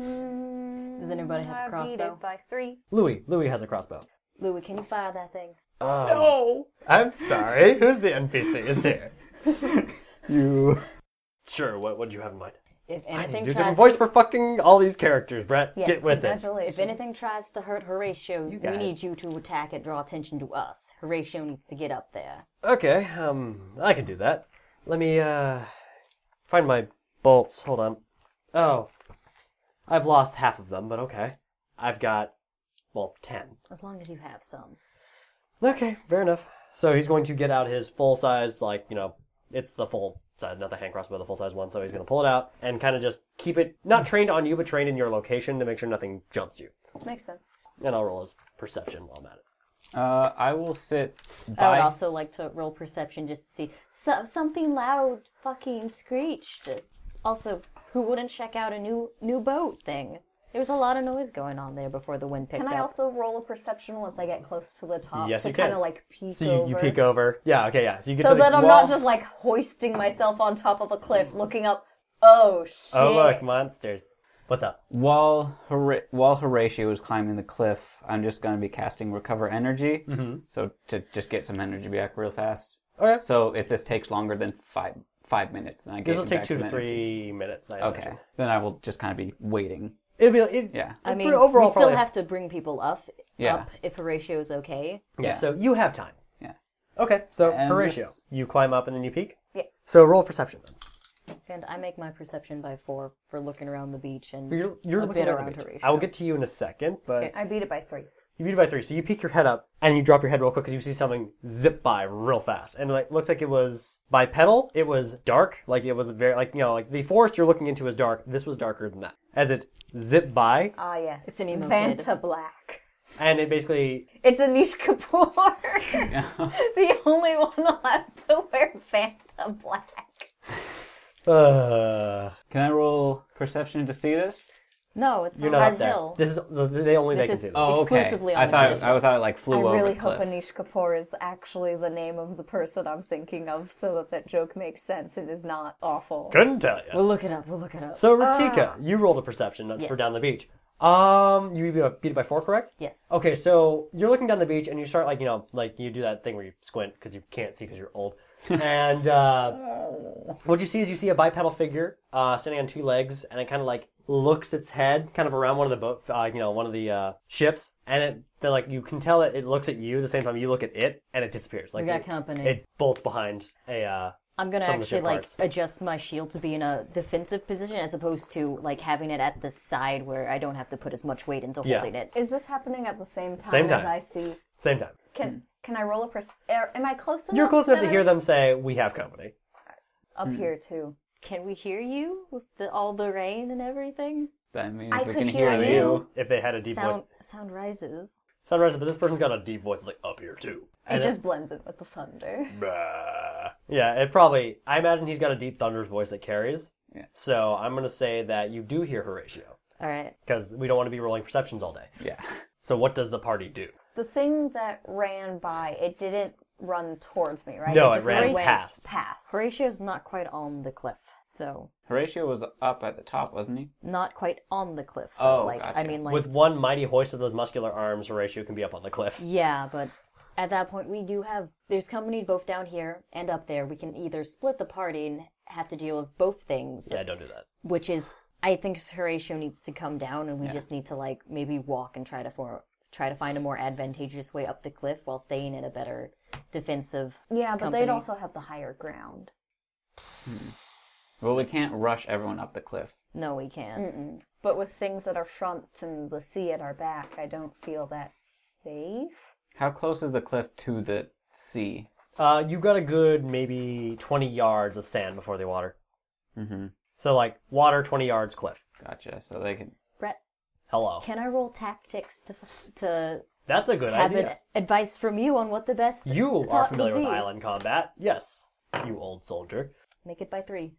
[SPEAKER 3] Does anybody have a
[SPEAKER 4] Mm, I beat
[SPEAKER 3] crossbow?
[SPEAKER 4] it by three.
[SPEAKER 2] Louis. Louis has a crossbow.
[SPEAKER 3] Louis, can you fire that thing?
[SPEAKER 1] Oh!
[SPEAKER 2] I'm sorry. *laughs* Who's the NPC? Is here.
[SPEAKER 1] You.
[SPEAKER 2] *laughs* Sure. What What did you have in mind?
[SPEAKER 3] If
[SPEAKER 2] I need
[SPEAKER 3] anything
[SPEAKER 2] to do a
[SPEAKER 3] tries
[SPEAKER 2] different voice for fucking all these characters, Brett.
[SPEAKER 4] Yes,
[SPEAKER 2] Get with it.
[SPEAKER 4] congratulations.
[SPEAKER 3] If anything tries to hurt Horatio,
[SPEAKER 2] got
[SPEAKER 3] we
[SPEAKER 2] it.
[SPEAKER 3] need you to attack and draw attention to us. Horatio needs to get up there.
[SPEAKER 2] Okay. Um, I can do that. Let me uh find my bolts. Hold on. Oh, I've lost half of them, but okay. I've got well ten.
[SPEAKER 3] As long as you have some.
[SPEAKER 2] Okay, fair enough. So he's going to get out his full size, like, you know, it's the full size, not the hand crossbow, the full size one. So he's going to pull it out and kind of just keep it, not trained on you, but trained in your location to make sure nothing jumps you.
[SPEAKER 4] Makes sense.
[SPEAKER 2] And I'll roll his perception while I'm at it.
[SPEAKER 1] Uh, I will sit
[SPEAKER 3] I
[SPEAKER 1] by.
[SPEAKER 3] would also like to roll perception just to see so, something loud fucking screeched. Also, who wouldn't check out a new new boat thing? There was a lot of noise going on there before the wind picked
[SPEAKER 4] Can
[SPEAKER 3] up.
[SPEAKER 4] I also roll a perception once I get close to the top
[SPEAKER 2] Yes,
[SPEAKER 4] to
[SPEAKER 2] you
[SPEAKER 4] kind of
[SPEAKER 2] can.
[SPEAKER 4] like peek
[SPEAKER 2] So
[SPEAKER 4] over?
[SPEAKER 2] you, you peek over. Yeah, okay, yeah. So you get
[SPEAKER 4] so
[SPEAKER 2] to the
[SPEAKER 4] that I'm
[SPEAKER 2] wall.
[SPEAKER 4] not just like hoisting myself on top of a cliff, looking up. Oh shit!
[SPEAKER 2] Oh, look, monsters. What's up?
[SPEAKER 1] While, Hora- while Horatio is climbing the cliff, I'm just going to be casting Recover Energy. Mm-hmm. So to just get some energy back real fast.
[SPEAKER 2] Okay.
[SPEAKER 1] So if this takes longer than five five minutes, then I get
[SPEAKER 2] This will
[SPEAKER 1] him
[SPEAKER 2] take
[SPEAKER 1] back
[SPEAKER 2] two
[SPEAKER 1] some
[SPEAKER 2] to
[SPEAKER 1] energy.
[SPEAKER 2] three minutes, I
[SPEAKER 1] Okay.
[SPEAKER 2] imagine.
[SPEAKER 1] Then I will just kind of be waiting.
[SPEAKER 2] It'll be, it,
[SPEAKER 1] Yeah.
[SPEAKER 3] I mean,
[SPEAKER 2] overall,
[SPEAKER 3] we still
[SPEAKER 2] probably-
[SPEAKER 3] have to bring people up.
[SPEAKER 1] Yeah.
[SPEAKER 3] Up if Horatio's okay.
[SPEAKER 2] yeah. So you have time.
[SPEAKER 1] Yeah.
[SPEAKER 2] Okay, so
[SPEAKER 1] And
[SPEAKER 2] Horatio.
[SPEAKER 1] this-
[SPEAKER 2] You climb up and then you peek?
[SPEAKER 4] Yeah.
[SPEAKER 2] So roll perception then.
[SPEAKER 3] And I make my perception by four for looking around the beach and
[SPEAKER 2] You're, you're
[SPEAKER 3] a
[SPEAKER 2] looking
[SPEAKER 3] bit
[SPEAKER 2] at the
[SPEAKER 3] around
[SPEAKER 2] beach.
[SPEAKER 3] Horatio.
[SPEAKER 2] I will get to you in a second, but
[SPEAKER 4] I beat it by three.
[SPEAKER 2] you beat it by three. So you peek your head up and you drop your head real quick because you see something zip by real fast, and like looks like it was bipedal. It was dark, like it was very like you know like the forest you're looking into is dark. This was darker than that as it zipped by.
[SPEAKER 4] Ah yes, it's
[SPEAKER 3] an emo
[SPEAKER 4] Vanta
[SPEAKER 3] kid.
[SPEAKER 4] Black.
[SPEAKER 2] and it basically
[SPEAKER 4] It's Anish *laughs* Kapoor, the only one allowed to wear Fanta black.
[SPEAKER 2] uh,
[SPEAKER 1] Can I roll perception to see this?
[SPEAKER 3] No, it's
[SPEAKER 2] you're
[SPEAKER 3] on
[SPEAKER 2] not
[SPEAKER 3] Red
[SPEAKER 2] up there.
[SPEAKER 3] Hill.
[SPEAKER 2] This is the, they only
[SPEAKER 3] This
[SPEAKER 2] they
[SPEAKER 3] is-
[SPEAKER 2] can do this.
[SPEAKER 1] Oh, okay.
[SPEAKER 3] Exclusively on
[SPEAKER 1] I
[SPEAKER 3] the
[SPEAKER 1] thought
[SPEAKER 3] cliff.
[SPEAKER 1] I thought it like flew
[SPEAKER 4] I
[SPEAKER 1] over
[SPEAKER 4] really
[SPEAKER 1] the
[SPEAKER 4] hope
[SPEAKER 1] cliff.
[SPEAKER 4] Anish Kapoor is actually the name of the person I'm thinking of, so that that joke makes sense and is not awful.
[SPEAKER 2] Couldn't tell you.
[SPEAKER 3] We'll look it up. We'll look it up.
[SPEAKER 2] So Ratika, you rolled a perception for
[SPEAKER 3] Ah. Yes.
[SPEAKER 2] down the beach. Um, you beat it beat it by four, correct?
[SPEAKER 3] yes.
[SPEAKER 2] Okay, so you're looking down the beach and you start like you know like you do that thing where you squint because you can't see because you're old. and uh, what you see is you see a bipedal figure uh, standing on two legs and it kind of like looks its head kind of around one of the boat uh, you know one of the uh, ships and it then like you can tell it it looks at you the same time you look at it and it disappears like
[SPEAKER 3] We got
[SPEAKER 2] it,
[SPEAKER 3] company.
[SPEAKER 2] it bolts behind a uh,
[SPEAKER 3] I'm gonna
[SPEAKER 2] some of the
[SPEAKER 3] actually
[SPEAKER 2] ship
[SPEAKER 3] like
[SPEAKER 2] parts.
[SPEAKER 3] adjust my shield to be in a defensive position as opposed to like having it at the side where I don't have to put as much weight into
[SPEAKER 2] Yeah.
[SPEAKER 3] holding it.
[SPEAKER 4] Is this happening at the same time,
[SPEAKER 2] Same time.
[SPEAKER 4] as I see?
[SPEAKER 2] same time.
[SPEAKER 4] Can can I roll a perc? er, Am I close enough?
[SPEAKER 2] You're close enough
[SPEAKER 4] that
[SPEAKER 2] to
[SPEAKER 4] I-
[SPEAKER 2] hear them say we have company.
[SPEAKER 4] up here too.
[SPEAKER 3] Can we hear you with the, all the rain and everything?
[SPEAKER 1] I mean,
[SPEAKER 4] I
[SPEAKER 1] if we
[SPEAKER 4] could
[SPEAKER 1] can
[SPEAKER 4] hear
[SPEAKER 1] hear
[SPEAKER 4] you.
[SPEAKER 1] you.
[SPEAKER 2] If they had a deep voice,
[SPEAKER 3] Sound sound rises.
[SPEAKER 2] sunrise, but this person's got a deep voice like up here too.
[SPEAKER 4] It
[SPEAKER 2] And
[SPEAKER 4] just blends in with the thunder.
[SPEAKER 2] Bah. Yeah, it probably. I imagine he's got a deep thunder's voice that carries.
[SPEAKER 1] Yeah.
[SPEAKER 2] So I'm gonna say that you do hear Horatio
[SPEAKER 3] All right.
[SPEAKER 2] because we don't want to be rolling perceptions all day.
[SPEAKER 1] Yeah. *laughs*
[SPEAKER 2] So what does the party do?
[SPEAKER 4] The thing that ran by, it didn't run towards me, right?
[SPEAKER 2] No, it
[SPEAKER 4] just
[SPEAKER 2] ran
[SPEAKER 4] went
[SPEAKER 2] past.
[SPEAKER 4] Past.
[SPEAKER 3] Horatio's not quite on the cliff, so
[SPEAKER 1] Horatio was up at the top, wasn't he?
[SPEAKER 3] not quite on the cliff.
[SPEAKER 1] Oh,
[SPEAKER 3] like I
[SPEAKER 1] gotcha.
[SPEAKER 3] mean, like
[SPEAKER 2] With one mighty hoist of those muscular arms, Horatio can be up on the cliff.
[SPEAKER 3] yeah, but at that point we do have there's company both down here and up there. We can either split the party and have to deal with both things,
[SPEAKER 2] Yeah, don't do that.
[SPEAKER 3] which is I think Horatio needs to come down, and we just need to like maybe walk and try to for try to find a more advantageous way up the cliff while staying in a better defensive.
[SPEAKER 4] Yeah, but
[SPEAKER 3] company.
[SPEAKER 4] they'd also have the higher ground.
[SPEAKER 1] Well, we can't rush everyone up the cliff.
[SPEAKER 3] No, we can't.
[SPEAKER 4] But with things that are front and the sea at our back, I don't feel that safe.
[SPEAKER 1] How close is the cliff to the sea?
[SPEAKER 2] Uh, you got a good maybe 20 yards of sand before the water.
[SPEAKER 1] Mm-hmm.
[SPEAKER 2] So like water 20 yards, cliff.
[SPEAKER 1] Gotcha. So they can.
[SPEAKER 3] Brett,
[SPEAKER 2] Hello.
[SPEAKER 3] can I roll tactics to to
[SPEAKER 2] That's a good
[SPEAKER 3] have
[SPEAKER 2] idea.
[SPEAKER 3] an, advice from you on what the best?
[SPEAKER 2] You are
[SPEAKER 3] thought
[SPEAKER 2] familiar
[SPEAKER 3] would
[SPEAKER 2] with
[SPEAKER 3] be?
[SPEAKER 2] island combat, yes? You old soldier.
[SPEAKER 3] Make it by three.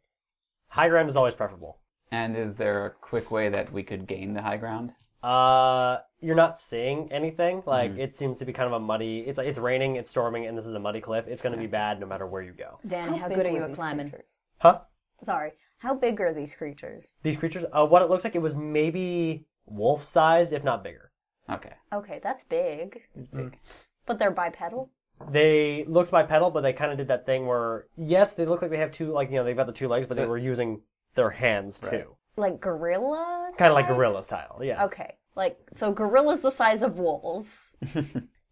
[SPEAKER 2] High ground is always preferable.
[SPEAKER 1] And is there a quick way that we could gain the high ground?
[SPEAKER 2] Uh, you're not seeing anything. Like it seems to be kind of a muddy. It's like it's raining, it's storming, and this is a muddy cliff. It's going to be bad no matter where you go.
[SPEAKER 3] Dan, how,
[SPEAKER 4] big
[SPEAKER 3] good are
[SPEAKER 4] were
[SPEAKER 3] you at
[SPEAKER 4] these
[SPEAKER 3] climbing?
[SPEAKER 4] creatures?
[SPEAKER 2] Huh?
[SPEAKER 4] Sorry, how big are these creatures?
[SPEAKER 2] These creatures. Uh, what it looks like it was maybe wolf-sized, if not bigger.
[SPEAKER 1] Okay.
[SPEAKER 4] Okay, that's big.
[SPEAKER 1] It's big.
[SPEAKER 4] But they're bipedal?
[SPEAKER 2] They looked bipedal, but they kind of did that thing where yes, they look like they have two, like you know, they've got the two legs, but they were using their hands too,
[SPEAKER 4] Like gorilla?
[SPEAKER 2] kind of like
[SPEAKER 4] type?
[SPEAKER 2] gorilla style. Yeah.
[SPEAKER 4] Okay, like, so gorilla's the size of wolves.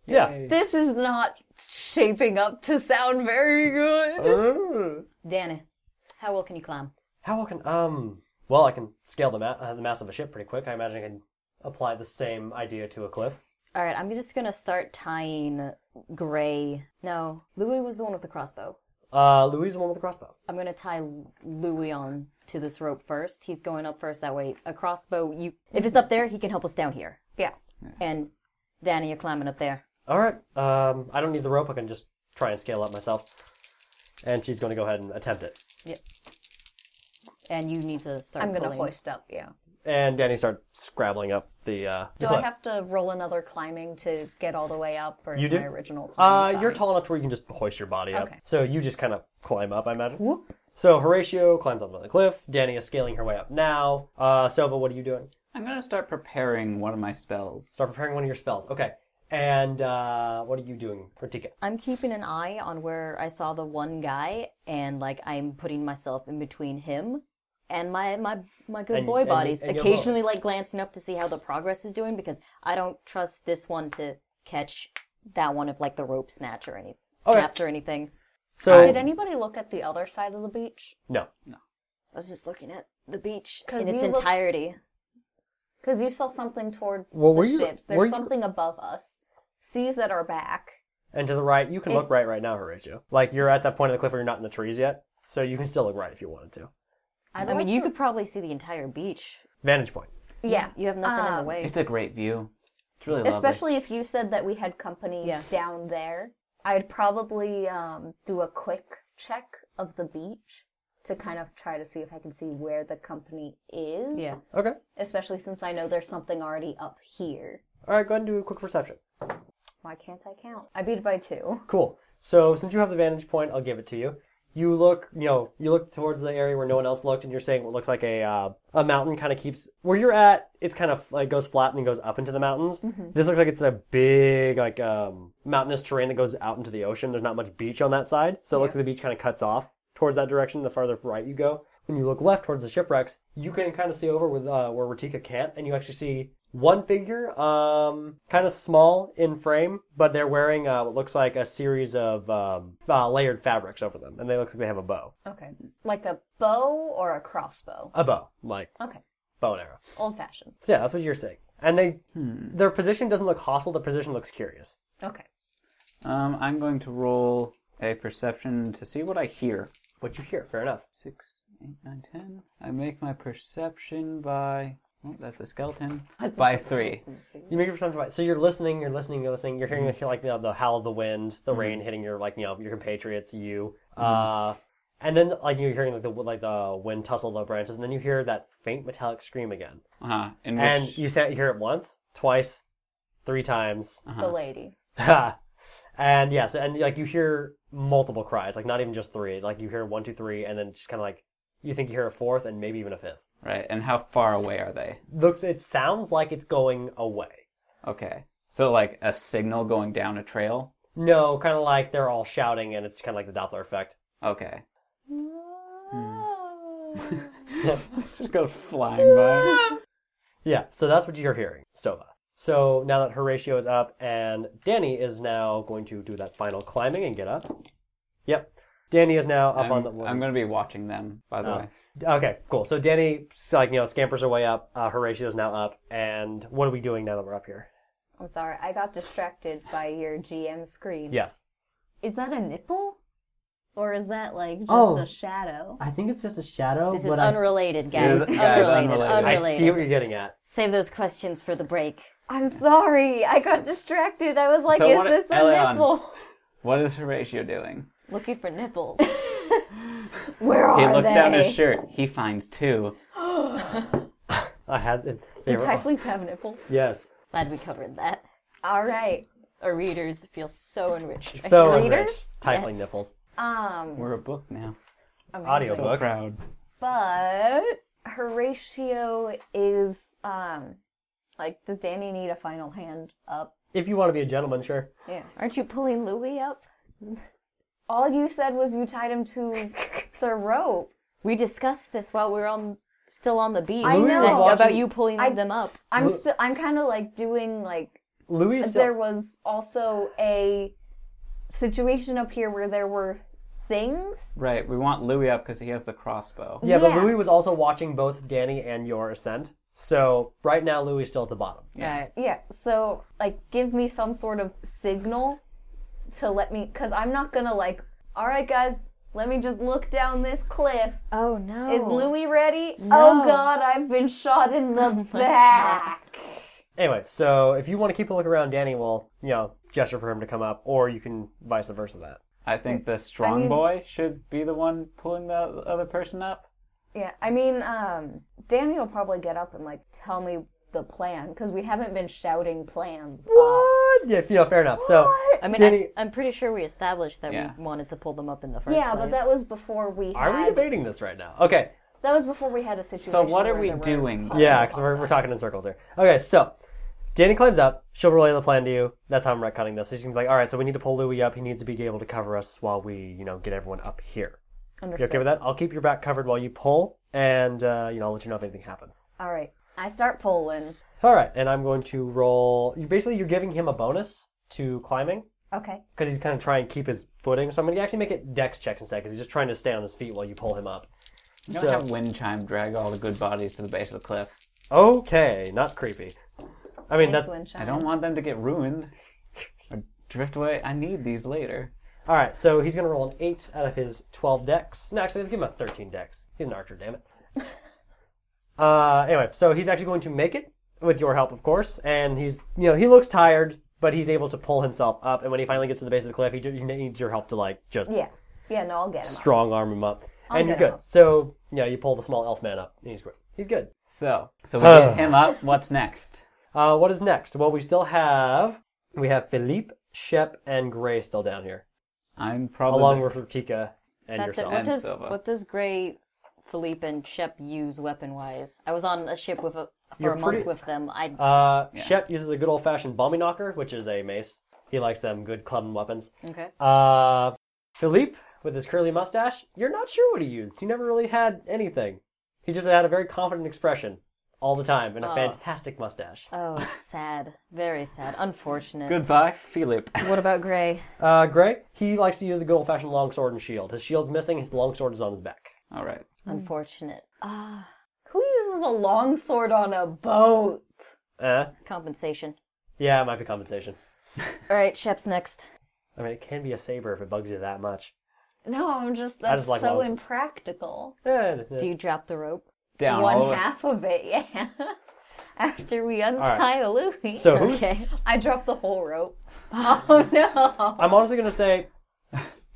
[SPEAKER 2] Yeah.
[SPEAKER 3] *laughs*
[SPEAKER 4] this is not shaping up to sound very good. Oh.
[SPEAKER 2] Uh,
[SPEAKER 3] Danny, how well can you climb?
[SPEAKER 2] How well can um? Well, I can scale the ma- uh, the mass of a ship pretty quick. I imagine I can apply the same idea to a cliff.
[SPEAKER 3] All right, I'm just gonna start tying Gray. No, Louis was the one with the crossbow.
[SPEAKER 2] Uh, Louis is the one with the crossbow.
[SPEAKER 3] I'm gonna tie Louis on to this rope first. He's going up first. That way, a crossbow. You, if it's up there, he can help us down here.
[SPEAKER 4] Yeah.
[SPEAKER 3] And Danny, you're climbing up there.
[SPEAKER 2] All right. Um, I don't need the rope. I can just try and scale up myself. And she's going to go ahead and attempt it.
[SPEAKER 3] And you need to start.
[SPEAKER 4] I'm gonna
[SPEAKER 3] pulling.
[SPEAKER 4] hoist up, yeah.
[SPEAKER 2] And Danny starts scrabbling up the. Uh,
[SPEAKER 4] Do
[SPEAKER 2] cliff.
[SPEAKER 4] I have to roll another climbing to get all the way up, or
[SPEAKER 2] You
[SPEAKER 4] is
[SPEAKER 2] do?
[SPEAKER 4] my original climbing?
[SPEAKER 2] Uh, you're
[SPEAKER 4] fine?
[SPEAKER 2] tall enough to where you can just hoist your body up.
[SPEAKER 4] Okay.
[SPEAKER 2] So you just kind of climb up, I imagine.
[SPEAKER 4] Whoop.
[SPEAKER 2] So Horatio climbs up on the cliff. Danny is scaling her way up now. Uh, Sova, what are you doing?
[SPEAKER 1] I'm gonna start preparing one of my spells.
[SPEAKER 2] Start preparing one of your spells. Okay. And uh, what are you doing, Kritika?
[SPEAKER 3] I'm keeping an eye on where I saw the one guy, and like I'm putting myself in between him and my my my good
[SPEAKER 2] And-
[SPEAKER 3] boy
[SPEAKER 2] and-
[SPEAKER 3] bodies.
[SPEAKER 2] and your
[SPEAKER 3] Occasionally, like glancing up to see how the progress is doing because I don't trust this one to catch that one if like the rope snatch or any
[SPEAKER 2] Okay.
[SPEAKER 3] snaps or anything.
[SPEAKER 2] So
[SPEAKER 4] Did anybody look at the other side of the beach?
[SPEAKER 2] no.
[SPEAKER 3] I was just looking at the beach
[SPEAKER 4] 'Cause
[SPEAKER 3] in its
[SPEAKER 4] you looked-
[SPEAKER 3] entirety.
[SPEAKER 4] Because you saw something towards
[SPEAKER 2] Well, were
[SPEAKER 4] the
[SPEAKER 2] you-
[SPEAKER 4] ships.
[SPEAKER 2] were
[SPEAKER 4] There's
[SPEAKER 2] you-
[SPEAKER 4] something above us. Seas at our back.
[SPEAKER 2] And to the right, you can look right right now, Horatio. Like you're at that point of the cliff where you're not in the trees yet, so you can still look right if you wanted to.
[SPEAKER 4] I'd
[SPEAKER 3] I mean,
[SPEAKER 4] like
[SPEAKER 3] you
[SPEAKER 4] to-
[SPEAKER 3] could probably see the entire beach.
[SPEAKER 2] Vantage point.
[SPEAKER 4] Yeah.
[SPEAKER 3] You have nothing in the
[SPEAKER 4] Um,
[SPEAKER 3] way.
[SPEAKER 1] It's a great view. It's really lovely.
[SPEAKER 4] Especially if you said that we had company
[SPEAKER 3] Yeah.
[SPEAKER 4] down there, I'd probably um, do a quick check of the beach to kind of try to see if I can see where the company is.
[SPEAKER 3] Yeah.
[SPEAKER 2] Okay.
[SPEAKER 4] Especially since I know there's something already up here.
[SPEAKER 2] All right, go ahead and do a quick perception.
[SPEAKER 4] Why can't I count? I beat it by two.
[SPEAKER 2] Cool. So since you have the vantage point, I'll give it to you. You look, you know, you look towards the area where no one else looked, and you're saying what looks like a uh, a mountain kind of keeps where you're at. It's kind of like goes flat and then goes up into the mountains. This looks like it's a big like um, mountainous terrain that goes out into the ocean. There's not much beach on that side, so it looks like the beach kind of cuts off towards that direction. The farther right you go, when you look left towards the shipwrecks, you can kind of see over with uh, where Ratika can't, and you actually see one figure, um, kind of small in frame, but they're wearing uh, what looks like a series of um, uh, layered fabrics over them, and they looks like they have a bow,
[SPEAKER 4] Okay. Like a bow or a crossbow?
[SPEAKER 2] a bow, like
[SPEAKER 4] Okay.
[SPEAKER 2] bow and arrow.
[SPEAKER 4] Old fashioned.
[SPEAKER 2] So yeah, that's what you're saying. And they, their position doesn't look hostile. Their position looks curious.
[SPEAKER 4] Okay.
[SPEAKER 1] um, I'm going to roll a perception to see what I hear.
[SPEAKER 2] What you hear, fair enough.
[SPEAKER 1] Six, eight, nine, ten. I make my perception by. Oh, that's the skeleton. by three.
[SPEAKER 2] You make a perception check. So you're listening, you're listening, you're listening. You're hearing the- like you know, the howl of the wind, the rain hitting your like you know your compatriots, you. Uh, and then like you're hearing like the like the wind tussle the branches, and then you hear that faint metallic scream again.
[SPEAKER 1] Uh huh. In which
[SPEAKER 2] And you sa- you hear it once, twice, three times, *laughs*
[SPEAKER 1] Uh-huh.
[SPEAKER 4] The lady.
[SPEAKER 2] and yes, and like you hear multiple cries, like not even just three. Like you hear one, two, three, and then just kind of like you think you hear a fourth, and maybe even a fifth.
[SPEAKER 1] right? And how far away are they?
[SPEAKER 2] Looks, it sounds like it's going away.
[SPEAKER 1] Okay. So like a signal going down a trail.
[SPEAKER 2] No, kind of like they're all shouting, and it's kind of like the Doppler effect.
[SPEAKER 1] Okay. Hmm.
[SPEAKER 4] Oh,
[SPEAKER 1] Just go flying by.
[SPEAKER 2] Yeah, so that's what you're hearing, Stova. So now that Horatio is up, and Danny is now going to do that final climbing and get up. Yep, Danny is now up
[SPEAKER 1] I'm,
[SPEAKER 2] on the. one.
[SPEAKER 1] I'm going to be watching them. By the
[SPEAKER 2] Oh.
[SPEAKER 1] way.
[SPEAKER 2] Okay, cool. So Danny, like you know, scampers her way up. Uh, Horatio's now up, and what are we doing now that we're up here?
[SPEAKER 4] I'm sorry, I got distracted by your GM screen.
[SPEAKER 2] Yes,
[SPEAKER 4] Is that a nipple? Or is that like just
[SPEAKER 2] Oh.
[SPEAKER 4] a shadow?
[SPEAKER 2] I think it's just a shadow.
[SPEAKER 3] This is unrelated, guys.
[SPEAKER 1] This is- yeah, it's
[SPEAKER 3] unrelated,
[SPEAKER 1] unrelated.
[SPEAKER 2] I,
[SPEAKER 3] unrelated.
[SPEAKER 2] see what you're getting at.
[SPEAKER 3] Save those questions for the break.
[SPEAKER 4] I'm sorry, I got distracted. I was like,
[SPEAKER 1] So
[SPEAKER 4] is
[SPEAKER 1] what-
[SPEAKER 4] this a
[SPEAKER 1] Elion.
[SPEAKER 4] nipple?
[SPEAKER 1] What is Horatio doing?
[SPEAKER 3] Looking for nipples.
[SPEAKER 1] *laughs*
[SPEAKER 4] Where are
[SPEAKER 1] He looks
[SPEAKER 4] they?
[SPEAKER 1] down his shirt. He finds two.
[SPEAKER 2] I had.
[SPEAKER 4] Do tieflings have nipples?
[SPEAKER 2] yes.
[SPEAKER 3] Glad we covered that.
[SPEAKER 4] All right.
[SPEAKER 3] Our readers feel so enriched. right
[SPEAKER 2] So
[SPEAKER 3] now.
[SPEAKER 2] enriched. Tightly
[SPEAKER 3] Yes.
[SPEAKER 2] nipples.
[SPEAKER 4] Um,
[SPEAKER 1] We're a book now. So
[SPEAKER 2] Audiobook.
[SPEAKER 1] proud.
[SPEAKER 4] but Horatio is um, like, does Danny need a final hand up?
[SPEAKER 2] If you want to be a gentleman, sure.
[SPEAKER 4] Yeah.
[SPEAKER 3] aren't you pulling Louis up?
[SPEAKER 4] All you said was you tied
[SPEAKER 3] *laughs*
[SPEAKER 4] him to the rope.
[SPEAKER 3] We discussed this while we were on still on the beach.
[SPEAKER 4] I Louis know. was
[SPEAKER 3] Like, about
[SPEAKER 2] watching-
[SPEAKER 3] you pulling
[SPEAKER 4] I-
[SPEAKER 3] them up.
[SPEAKER 4] I'm still, I'm kind of like doing like
[SPEAKER 2] Louis is
[SPEAKER 4] there
[SPEAKER 2] still.
[SPEAKER 4] was also a situation up here where there were things.
[SPEAKER 1] Right. We want Louis up because he has the crossbow.
[SPEAKER 2] Yeah, but
[SPEAKER 4] yeah.
[SPEAKER 2] Louis was also watching both Danny and your ascent. So right now, Louis is still at the bottom.
[SPEAKER 3] Right.
[SPEAKER 4] Yeah, so like give me some sort of signal to let me cuz I'm not going to like all right guys, let me just look down this cliff.
[SPEAKER 3] Oh no.
[SPEAKER 4] Is Louis ready? Oh
[SPEAKER 3] No. Oh
[SPEAKER 4] god, I've been shot
[SPEAKER 3] *laughs*
[SPEAKER 4] in the back.
[SPEAKER 2] Anyway, so if you want to keep a look around, Danny will, you know, gesture for him to come up, or you can vice versa that.
[SPEAKER 1] I think the strong boy should be the one pulling the other person up.
[SPEAKER 4] Yeah, I mean um Danny will probably get up and like tell me the plan cuz we haven't been shouting plans. off.
[SPEAKER 2] What? Yeah, you know, fair enough. So,
[SPEAKER 3] I mean,
[SPEAKER 2] Danny,
[SPEAKER 3] I, I'm pretty sure we established that
[SPEAKER 1] Yeah.
[SPEAKER 3] we wanted to pull them up in the first
[SPEAKER 4] Yeah,
[SPEAKER 3] place.
[SPEAKER 4] but that was before we
[SPEAKER 2] are we
[SPEAKER 4] had
[SPEAKER 2] debating this right now? Okay.
[SPEAKER 4] That was before we had a situation.
[SPEAKER 1] So what are
[SPEAKER 4] where
[SPEAKER 1] we
[SPEAKER 4] there were
[SPEAKER 1] doing?
[SPEAKER 4] possible
[SPEAKER 2] Yeah, because we're, we're
[SPEAKER 4] hostiles.
[SPEAKER 2] talking in circles here. Okay, so Danny climbs up. She'll relay the plan to you. That's how I'm retconning this. So she's gonna be like, all right, so we need to pull Louis up. He needs to be able to cover us while we, you know, get everyone up here. You okay with that? I'll keep your back covered while you pull, and uh, you know, I'll let you know if anything happens.
[SPEAKER 4] All right, I start polling.
[SPEAKER 2] All right, and I'm going to roll. You basically you're giving him a bonus to climbing.
[SPEAKER 4] Okay.
[SPEAKER 2] because he's kind of trying to keep his footing. So I'm going to actually make it dex checks instead because he's just trying to stay on his feet while you pull him up.
[SPEAKER 1] You don't
[SPEAKER 2] So-
[SPEAKER 1] have wind chime drag all the good bodies to the base of the cliff.
[SPEAKER 2] Okay, not creepy. I mean,
[SPEAKER 4] Thanks,
[SPEAKER 2] that's
[SPEAKER 1] I
[SPEAKER 4] Windchime.
[SPEAKER 1] don't want them to get ruined. Or drift away. I need these later.
[SPEAKER 2] all right. So he's going to roll an eight out of his twelve dex. No, actually, let's give him a thirteen dex. He's an archer, damn it. uh, anyway, so he's actually going to make it. with your help, of course. And he's, you know, he looks tired, but he's able to pull himself up. And when he finally gets to the base of the cliff, he, d- he needs your help to like just
[SPEAKER 4] Yeah. Yeah, no, I'll get him.
[SPEAKER 2] strong arm him up, and you're
[SPEAKER 4] get him
[SPEAKER 2] good.
[SPEAKER 4] up.
[SPEAKER 2] So yeah, you pull the small elf man up, and he's great. He's good.
[SPEAKER 1] So,
[SPEAKER 2] *sighs*
[SPEAKER 1] so we get him up. What's next?
[SPEAKER 2] Uh, what is next? Well, we still have we have Philippe, Shep, and Gray still down here,
[SPEAKER 1] I'm probably
[SPEAKER 2] along with Rutika and
[SPEAKER 3] That's it.
[SPEAKER 2] yourself.
[SPEAKER 3] What
[SPEAKER 1] And
[SPEAKER 3] does
[SPEAKER 1] Silva.
[SPEAKER 3] what does Gray, Philippe, and Shep use weapon wise? I was on a ship with a for
[SPEAKER 2] You're
[SPEAKER 3] a
[SPEAKER 2] pretty-
[SPEAKER 3] month with them. I
[SPEAKER 2] Uh, Shep uses a good old fashioned bombing knocker, which is a mace. He likes them good clubbing weapons.
[SPEAKER 3] okay.
[SPEAKER 2] Uh, Philippe with his curly mustache, you're not sure what he used. He never really had anything. He just had a very confident expression all the time and a
[SPEAKER 3] Oh.
[SPEAKER 2] fantastic mustache. *laughs*
[SPEAKER 3] Oh, sad. Very sad. Unfortunate.
[SPEAKER 1] Goodbye, Philip. *laughs*
[SPEAKER 3] What about Gray?
[SPEAKER 2] Uh, Gray, he likes to use the good old fashioned longsword and shield. His shield's missing, his longsword is on his back.
[SPEAKER 1] All right.
[SPEAKER 3] Unfortunate. Ah,
[SPEAKER 4] Who uses a longsword on a boat?
[SPEAKER 2] Eh?
[SPEAKER 3] compensation.
[SPEAKER 2] Yeah, it might be compensation.
[SPEAKER 3] All right, Shep's next.
[SPEAKER 2] I mean, it can be a saber if it bugs you that much.
[SPEAKER 4] No, I'm just that's
[SPEAKER 2] just like
[SPEAKER 4] so
[SPEAKER 2] longs-
[SPEAKER 4] impractical.
[SPEAKER 2] Eh, eh.
[SPEAKER 3] Do you drop the rope?
[SPEAKER 1] Down all the
[SPEAKER 4] One
[SPEAKER 1] way.
[SPEAKER 4] half of it, *laughs* yeah. After we untie
[SPEAKER 2] right.
[SPEAKER 4] Louis.
[SPEAKER 2] So who's- *laughs*
[SPEAKER 3] Okay.
[SPEAKER 4] I dropped the
[SPEAKER 3] *laughs*
[SPEAKER 4] whole rope. Oh no.
[SPEAKER 2] I'm honestly gonna say,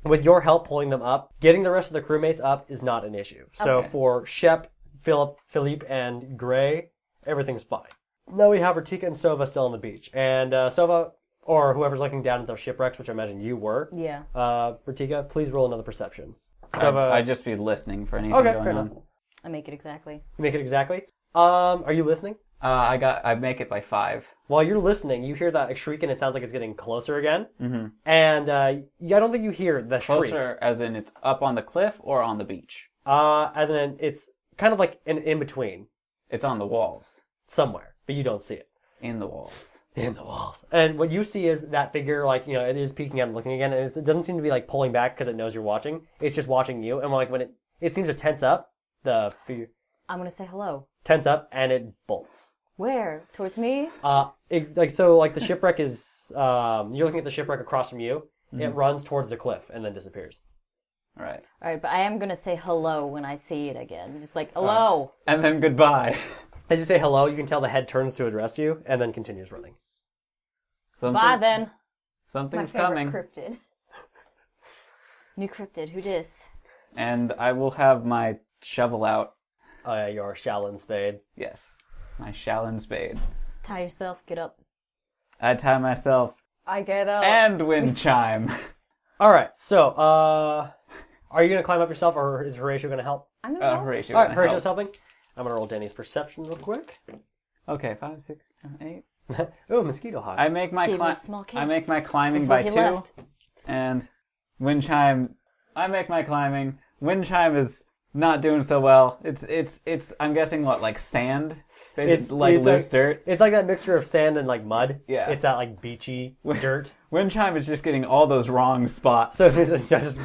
[SPEAKER 2] with your help pulling them up, getting the rest of the crewmates up is not an issue. So for Shep, Philip, Philippe, and Gray, everything's fine. Now we have Ratika and Sova still on the beach, and uh, Sova or whoever's looking down at their shipwrecks, which I imagine you were.
[SPEAKER 3] Yeah.
[SPEAKER 2] Uh, Ratika, please roll another perception.
[SPEAKER 1] I'd,
[SPEAKER 2] Sova,
[SPEAKER 1] I'd just be listening for anything
[SPEAKER 2] Okay,
[SPEAKER 1] going
[SPEAKER 2] fair enough.
[SPEAKER 1] on.
[SPEAKER 3] I make it exactly.
[SPEAKER 2] you make it exactly. Um, are you listening?
[SPEAKER 1] Uh, I got. I make it by five.
[SPEAKER 2] While you're listening, you hear that shriek, and it sounds like it's getting closer again. Mm-hmm. And uh, yeah, I don't think you hear the shriek.
[SPEAKER 1] Closer, as in it's up on the cliff or on the beach.
[SPEAKER 2] Uh, as in, it's kind of like an in between
[SPEAKER 1] It's on the walls.
[SPEAKER 2] somewhere, but you don't see it.
[SPEAKER 1] In the walls.
[SPEAKER 2] In the walls. And what you see is that figure, like, you know, it is peeking out and looking again, and it's, it doesn't seem to be like pulling back because it knows you're watching. It's just watching you, and like when it, it seems to tense up, the figure
[SPEAKER 3] I'm gonna say hello.
[SPEAKER 2] tense up and it bolts.
[SPEAKER 3] Where? Towards me?
[SPEAKER 2] Uh, it, like, so, like, the shipwreck is, um, you're looking at the shipwreck across from you.
[SPEAKER 1] Mm-hmm.
[SPEAKER 2] It runs towards the cliff and then disappears.
[SPEAKER 1] All right.
[SPEAKER 3] All right, but I am gonna say hello when I see it again. Just like hello.
[SPEAKER 1] And then goodbye. *laughs*
[SPEAKER 2] As you say hello, you can tell the head turns to address you and then continues running.
[SPEAKER 1] Something,
[SPEAKER 3] Bye then.
[SPEAKER 4] My
[SPEAKER 1] Something's
[SPEAKER 4] favorite
[SPEAKER 1] coming.
[SPEAKER 4] cryptid.
[SPEAKER 3] New cryptid. Who dis?
[SPEAKER 1] And I will have my shovel out.
[SPEAKER 2] Oh, yeah, your Shaolin spade.
[SPEAKER 1] Yes. My Shallon spade.
[SPEAKER 3] Tie yourself. Get up.
[SPEAKER 1] I tie myself
[SPEAKER 4] I get up.
[SPEAKER 1] and
[SPEAKER 3] *laughs*
[SPEAKER 1] wind chime.
[SPEAKER 2] All right. So, uh, are you gonna climb up yourself, or is Horatio gonna help?
[SPEAKER 4] I'm gonna
[SPEAKER 1] Uh,
[SPEAKER 4] go.
[SPEAKER 1] Horatio.
[SPEAKER 2] All right,
[SPEAKER 1] can I
[SPEAKER 2] Horatio's
[SPEAKER 1] help?
[SPEAKER 2] helping. I'm gonna roll Danny's perception real quick.
[SPEAKER 1] Okay, five, six, seven, eight.
[SPEAKER 2] Ooh, mosquito hot.
[SPEAKER 1] I make my
[SPEAKER 3] Give me
[SPEAKER 1] cli-
[SPEAKER 3] a small kiss
[SPEAKER 1] I make my climbing
[SPEAKER 3] before
[SPEAKER 1] by
[SPEAKER 3] he
[SPEAKER 1] two,
[SPEAKER 3] left.
[SPEAKER 1] and wind chime. I make my climbing. Wind chime is not doing so well. It's it's it's. I'm guessing what like sand, Basi- like loose dirt.
[SPEAKER 2] It's like that mixture of sand and like mud.
[SPEAKER 1] Yeah.
[SPEAKER 2] It's that like
[SPEAKER 1] *laughs*
[SPEAKER 2] beachy dirt. *laughs*
[SPEAKER 1] Wind chime is just getting all those wrong spots.
[SPEAKER 2] So *laughs* it's just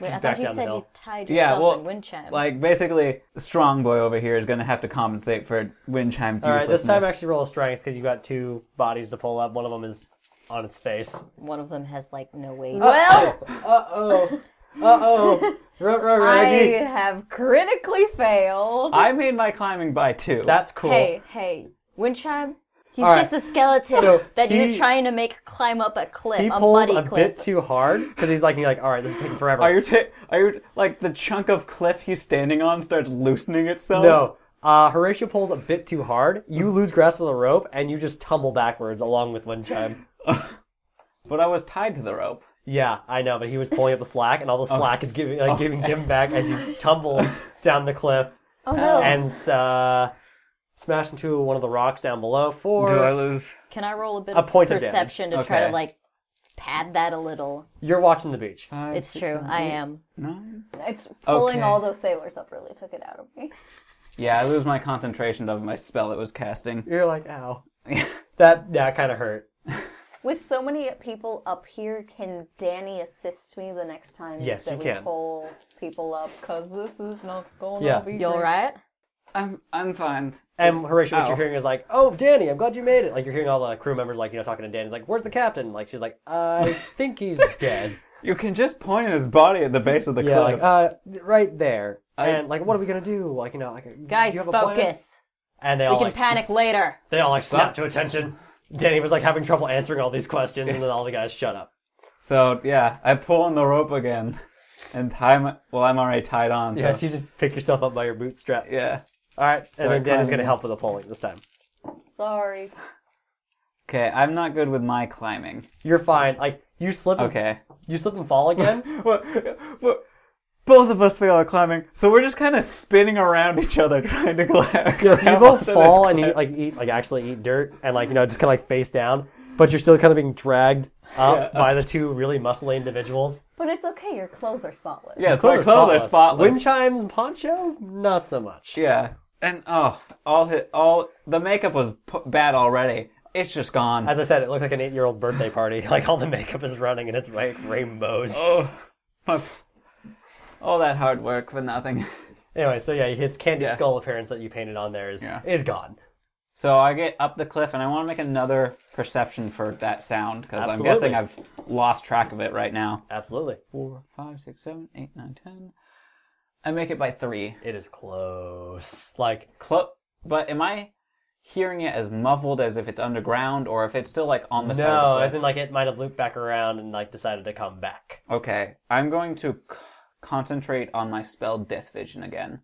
[SPEAKER 3] Wait, I
[SPEAKER 2] back
[SPEAKER 3] thought you
[SPEAKER 2] down the
[SPEAKER 3] said you
[SPEAKER 2] hill.
[SPEAKER 3] tied
[SPEAKER 1] Yeah,
[SPEAKER 3] yourself
[SPEAKER 1] well,
[SPEAKER 3] in wind chime.
[SPEAKER 1] like basically, strong boy over here is gonna have to compensate for wind chime's
[SPEAKER 2] all right. This time,
[SPEAKER 1] uselessness.
[SPEAKER 2] actually, roll a strength because you got two bodies to pull up. One of them is on its face.
[SPEAKER 3] One of them has like no weight.
[SPEAKER 4] Well,
[SPEAKER 2] Uh oh. Uh oh.
[SPEAKER 4] I
[SPEAKER 2] Raggy.
[SPEAKER 4] have critically failed.
[SPEAKER 1] I made my climbing by two.
[SPEAKER 2] That's cool.
[SPEAKER 3] Hey, hey, wind chime. He's
[SPEAKER 2] All right.
[SPEAKER 3] just a skeleton
[SPEAKER 2] So,
[SPEAKER 3] that you're
[SPEAKER 2] he-
[SPEAKER 3] trying to make climb up a cliff,
[SPEAKER 2] he
[SPEAKER 3] a
[SPEAKER 2] pulls
[SPEAKER 3] muddy
[SPEAKER 2] a bit
[SPEAKER 3] cliff.
[SPEAKER 2] too hard because he's like, you're like, all right, this is taking forever.
[SPEAKER 1] Are you ta- are you like the chunk of cliff he's standing on starts loosening itself?
[SPEAKER 2] No. Uh, Horatio pulls a bit too hard. You lose grasp of the rope, and you just tumble backwards along with Wind Chime.
[SPEAKER 1] But I was tied to the rope.
[SPEAKER 2] Yeah, I know, but he was pulling up the slack, and all the slack is giving like, giving him back as you tumble down the cliff
[SPEAKER 4] oh no.
[SPEAKER 2] and uh, smash into one of the rocks down below for
[SPEAKER 1] lose?
[SPEAKER 3] Can I roll a bit
[SPEAKER 2] A
[SPEAKER 3] of
[SPEAKER 2] point of damage.
[SPEAKER 3] perception to try
[SPEAKER 1] Okay.
[SPEAKER 3] to like pad that a little?
[SPEAKER 2] you're watching the beach.
[SPEAKER 1] Five,
[SPEAKER 3] It's
[SPEAKER 1] six,
[SPEAKER 3] true.
[SPEAKER 1] seven,
[SPEAKER 3] I
[SPEAKER 1] eight,
[SPEAKER 3] am.
[SPEAKER 1] Nine.
[SPEAKER 4] It's pulling
[SPEAKER 1] Okay.
[SPEAKER 4] all those sailors up really took it out of me.
[SPEAKER 1] Yeah, I lose my concentration of my spell it was casting.
[SPEAKER 2] You're like, *laughs* ow, that that kind of hurt.
[SPEAKER 4] With so many people up here, can Danny assist me the next time
[SPEAKER 2] Yes,
[SPEAKER 4] that
[SPEAKER 2] you
[SPEAKER 4] we
[SPEAKER 2] can.
[SPEAKER 4] pull people up? Because this is not going
[SPEAKER 2] Yeah.
[SPEAKER 4] to be.
[SPEAKER 3] You all
[SPEAKER 4] great.
[SPEAKER 3] right?
[SPEAKER 1] I'm I'm fine.
[SPEAKER 2] And Horatio, what
[SPEAKER 1] Ow.
[SPEAKER 2] you're hearing is like, "Oh, Danny, I'm glad you made it." Like you're hearing all the crew members, like you know, talking to Danny, like, "Where's the captain?" Like she's like, *laughs* "I think he's dead."
[SPEAKER 1] You can just point at his body at the base of the
[SPEAKER 2] *laughs* Yeah,
[SPEAKER 1] cliff.
[SPEAKER 2] like uh, right there.
[SPEAKER 1] I-
[SPEAKER 2] and like, what are we gonna do? Like, you know, like, do
[SPEAKER 3] Guys,
[SPEAKER 2] you have a plan?
[SPEAKER 3] focus.
[SPEAKER 2] and they all
[SPEAKER 3] We can
[SPEAKER 2] like,
[SPEAKER 3] panic later.
[SPEAKER 2] they all like snapped to *laughs* attention. Danny was like having trouble answering all these questions, and then all the guys shut up.
[SPEAKER 1] So yeah, I pull on the rope again, and tie my. Well, I'm already tied on. So.
[SPEAKER 2] Yes, you just pick yourself up by your bootstraps.
[SPEAKER 1] Yeah.
[SPEAKER 2] All right, and then
[SPEAKER 1] Start
[SPEAKER 2] Danny's gonna
[SPEAKER 1] climbing.
[SPEAKER 2] help with the pulling this time.
[SPEAKER 4] Sorry.
[SPEAKER 1] Okay, I'm not good with my climbing.
[SPEAKER 2] You're fine. Like you slip. and-
[SPEAKER 1] Okay.
[SPEAKER 2] You slip and fall *laughs* again.
[SPEAKER 1] Well, well, both of us fail at climbing, so we're just kind of spinning around each other *laughs* trying to climb.
[SPEAKER 2] yes, you
[SPEAKER 1] *laughs*
[SPEAKER 2] both fall and eat like eat like actually eat dirt and like you know just kind of like face down, but you're still kind of being dragged up by the two really muscly individuals.
[SPEAKER 4] But it's okay, your clothes are spotless.
[SPEAKER 1] Yeah, clothes, clothes are spotless.
[SPEAKER 2] Wind chimes and poncho, not so much.
[SPEAKER 1] yeah, and oh, all hit all the makeup was p- bad already. It's just gone.
[SPEAKER 2] As I said, it looks like an eight-year-old's birthday party. *laughs* Like all the makeup is running and it's like rainbows.
[SPEAKER 1] oh, my- all that hard work for nothing. *laughs*
[SPEAKER 2] Anyway, so yeah, his candy
[SPEAKER 1] Yeah.
[SPEAKER 2] skull appearance that you painted on there is
[SPEAKER 1] Yeah.
[SPEAKER 2] is gone.
[SPEAKER 1] So I get up the cliff, and I want to make another perception for that sound because I'm
[SPEAKER 2] Absolutely.
[SPEAKER 1] guessing I've lost track of it right now.
[SPEAKER 2] Absolutely,
[SPEAKER 1] Four, five, six, seven, eight, nine, ten. I make it by three.
[SPEAKER 2] it is close. Like
[SPEAKER 1] Clo- but am I hearing it as muffled as if it's underground or if it's still like on the side
[SPEAKER 2] no,
[SPEAKER 1] of the
[SPEAKER 2] as
[SPEAKER 1] cliff?
[SPEAKER 2] in like it might have looped back around and like decided to come back.
[SPEAKER 1] Okay, I'm going to c- concentrate on my spell Death Vision again.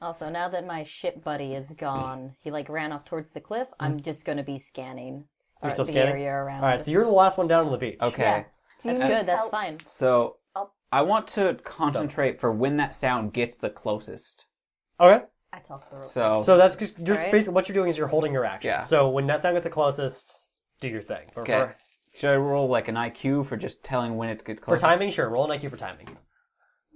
[SPEAKER 3] Also, now that my ship buddy is gone, he like ran off towards the cliff. I'm just gonna be scanning uh,
[SPEAKER 2] Mm-hmm. still
[SPEAKER 3] the
[SPEAKER 2] scanning?
[SPEAKER 3] area around.
[SPEAKER 2] All right, so you're the last one down on the beach.
[SPEAKER 1] Okay,
[SPEAKER 3] Yeah.
[SPEAKER 4] Do you
[SPEAKER 3] that's
[SPEAKER 4] need
[SPEAKER 3] good. That's
[SPEAKER 4] help?
[SPEAKER 3] fine.
[SPEAKER 1] so
[SPEAKER 4] Up.
[SPEAKER 1] I want to concentrate for when that sound gets the closest.
[SPEAKER 2] Okay.
[SPEAKER 4] I tossed the rope.
[SPEAKER 1] So,
[SPEAKER 2] So that's just, just
[SPEAKER 3] Alright.
[SPEAKER 2] basically what you're doing is you're holding your action.
[SPEAKER 1] Yeah.
[SPEAKER 2] So when that sound gets the closest, do your thing. For,
[SPEAKER 1] okay.
[SPEAKER 2] for,
[SPEAKER 1] Should I roll like an IQ for just telling when it gets
[SPEAKER 2] for
[SPEAKER 1] close?
[SPEAKER 2] timing, sure. Roll an IQ for timing.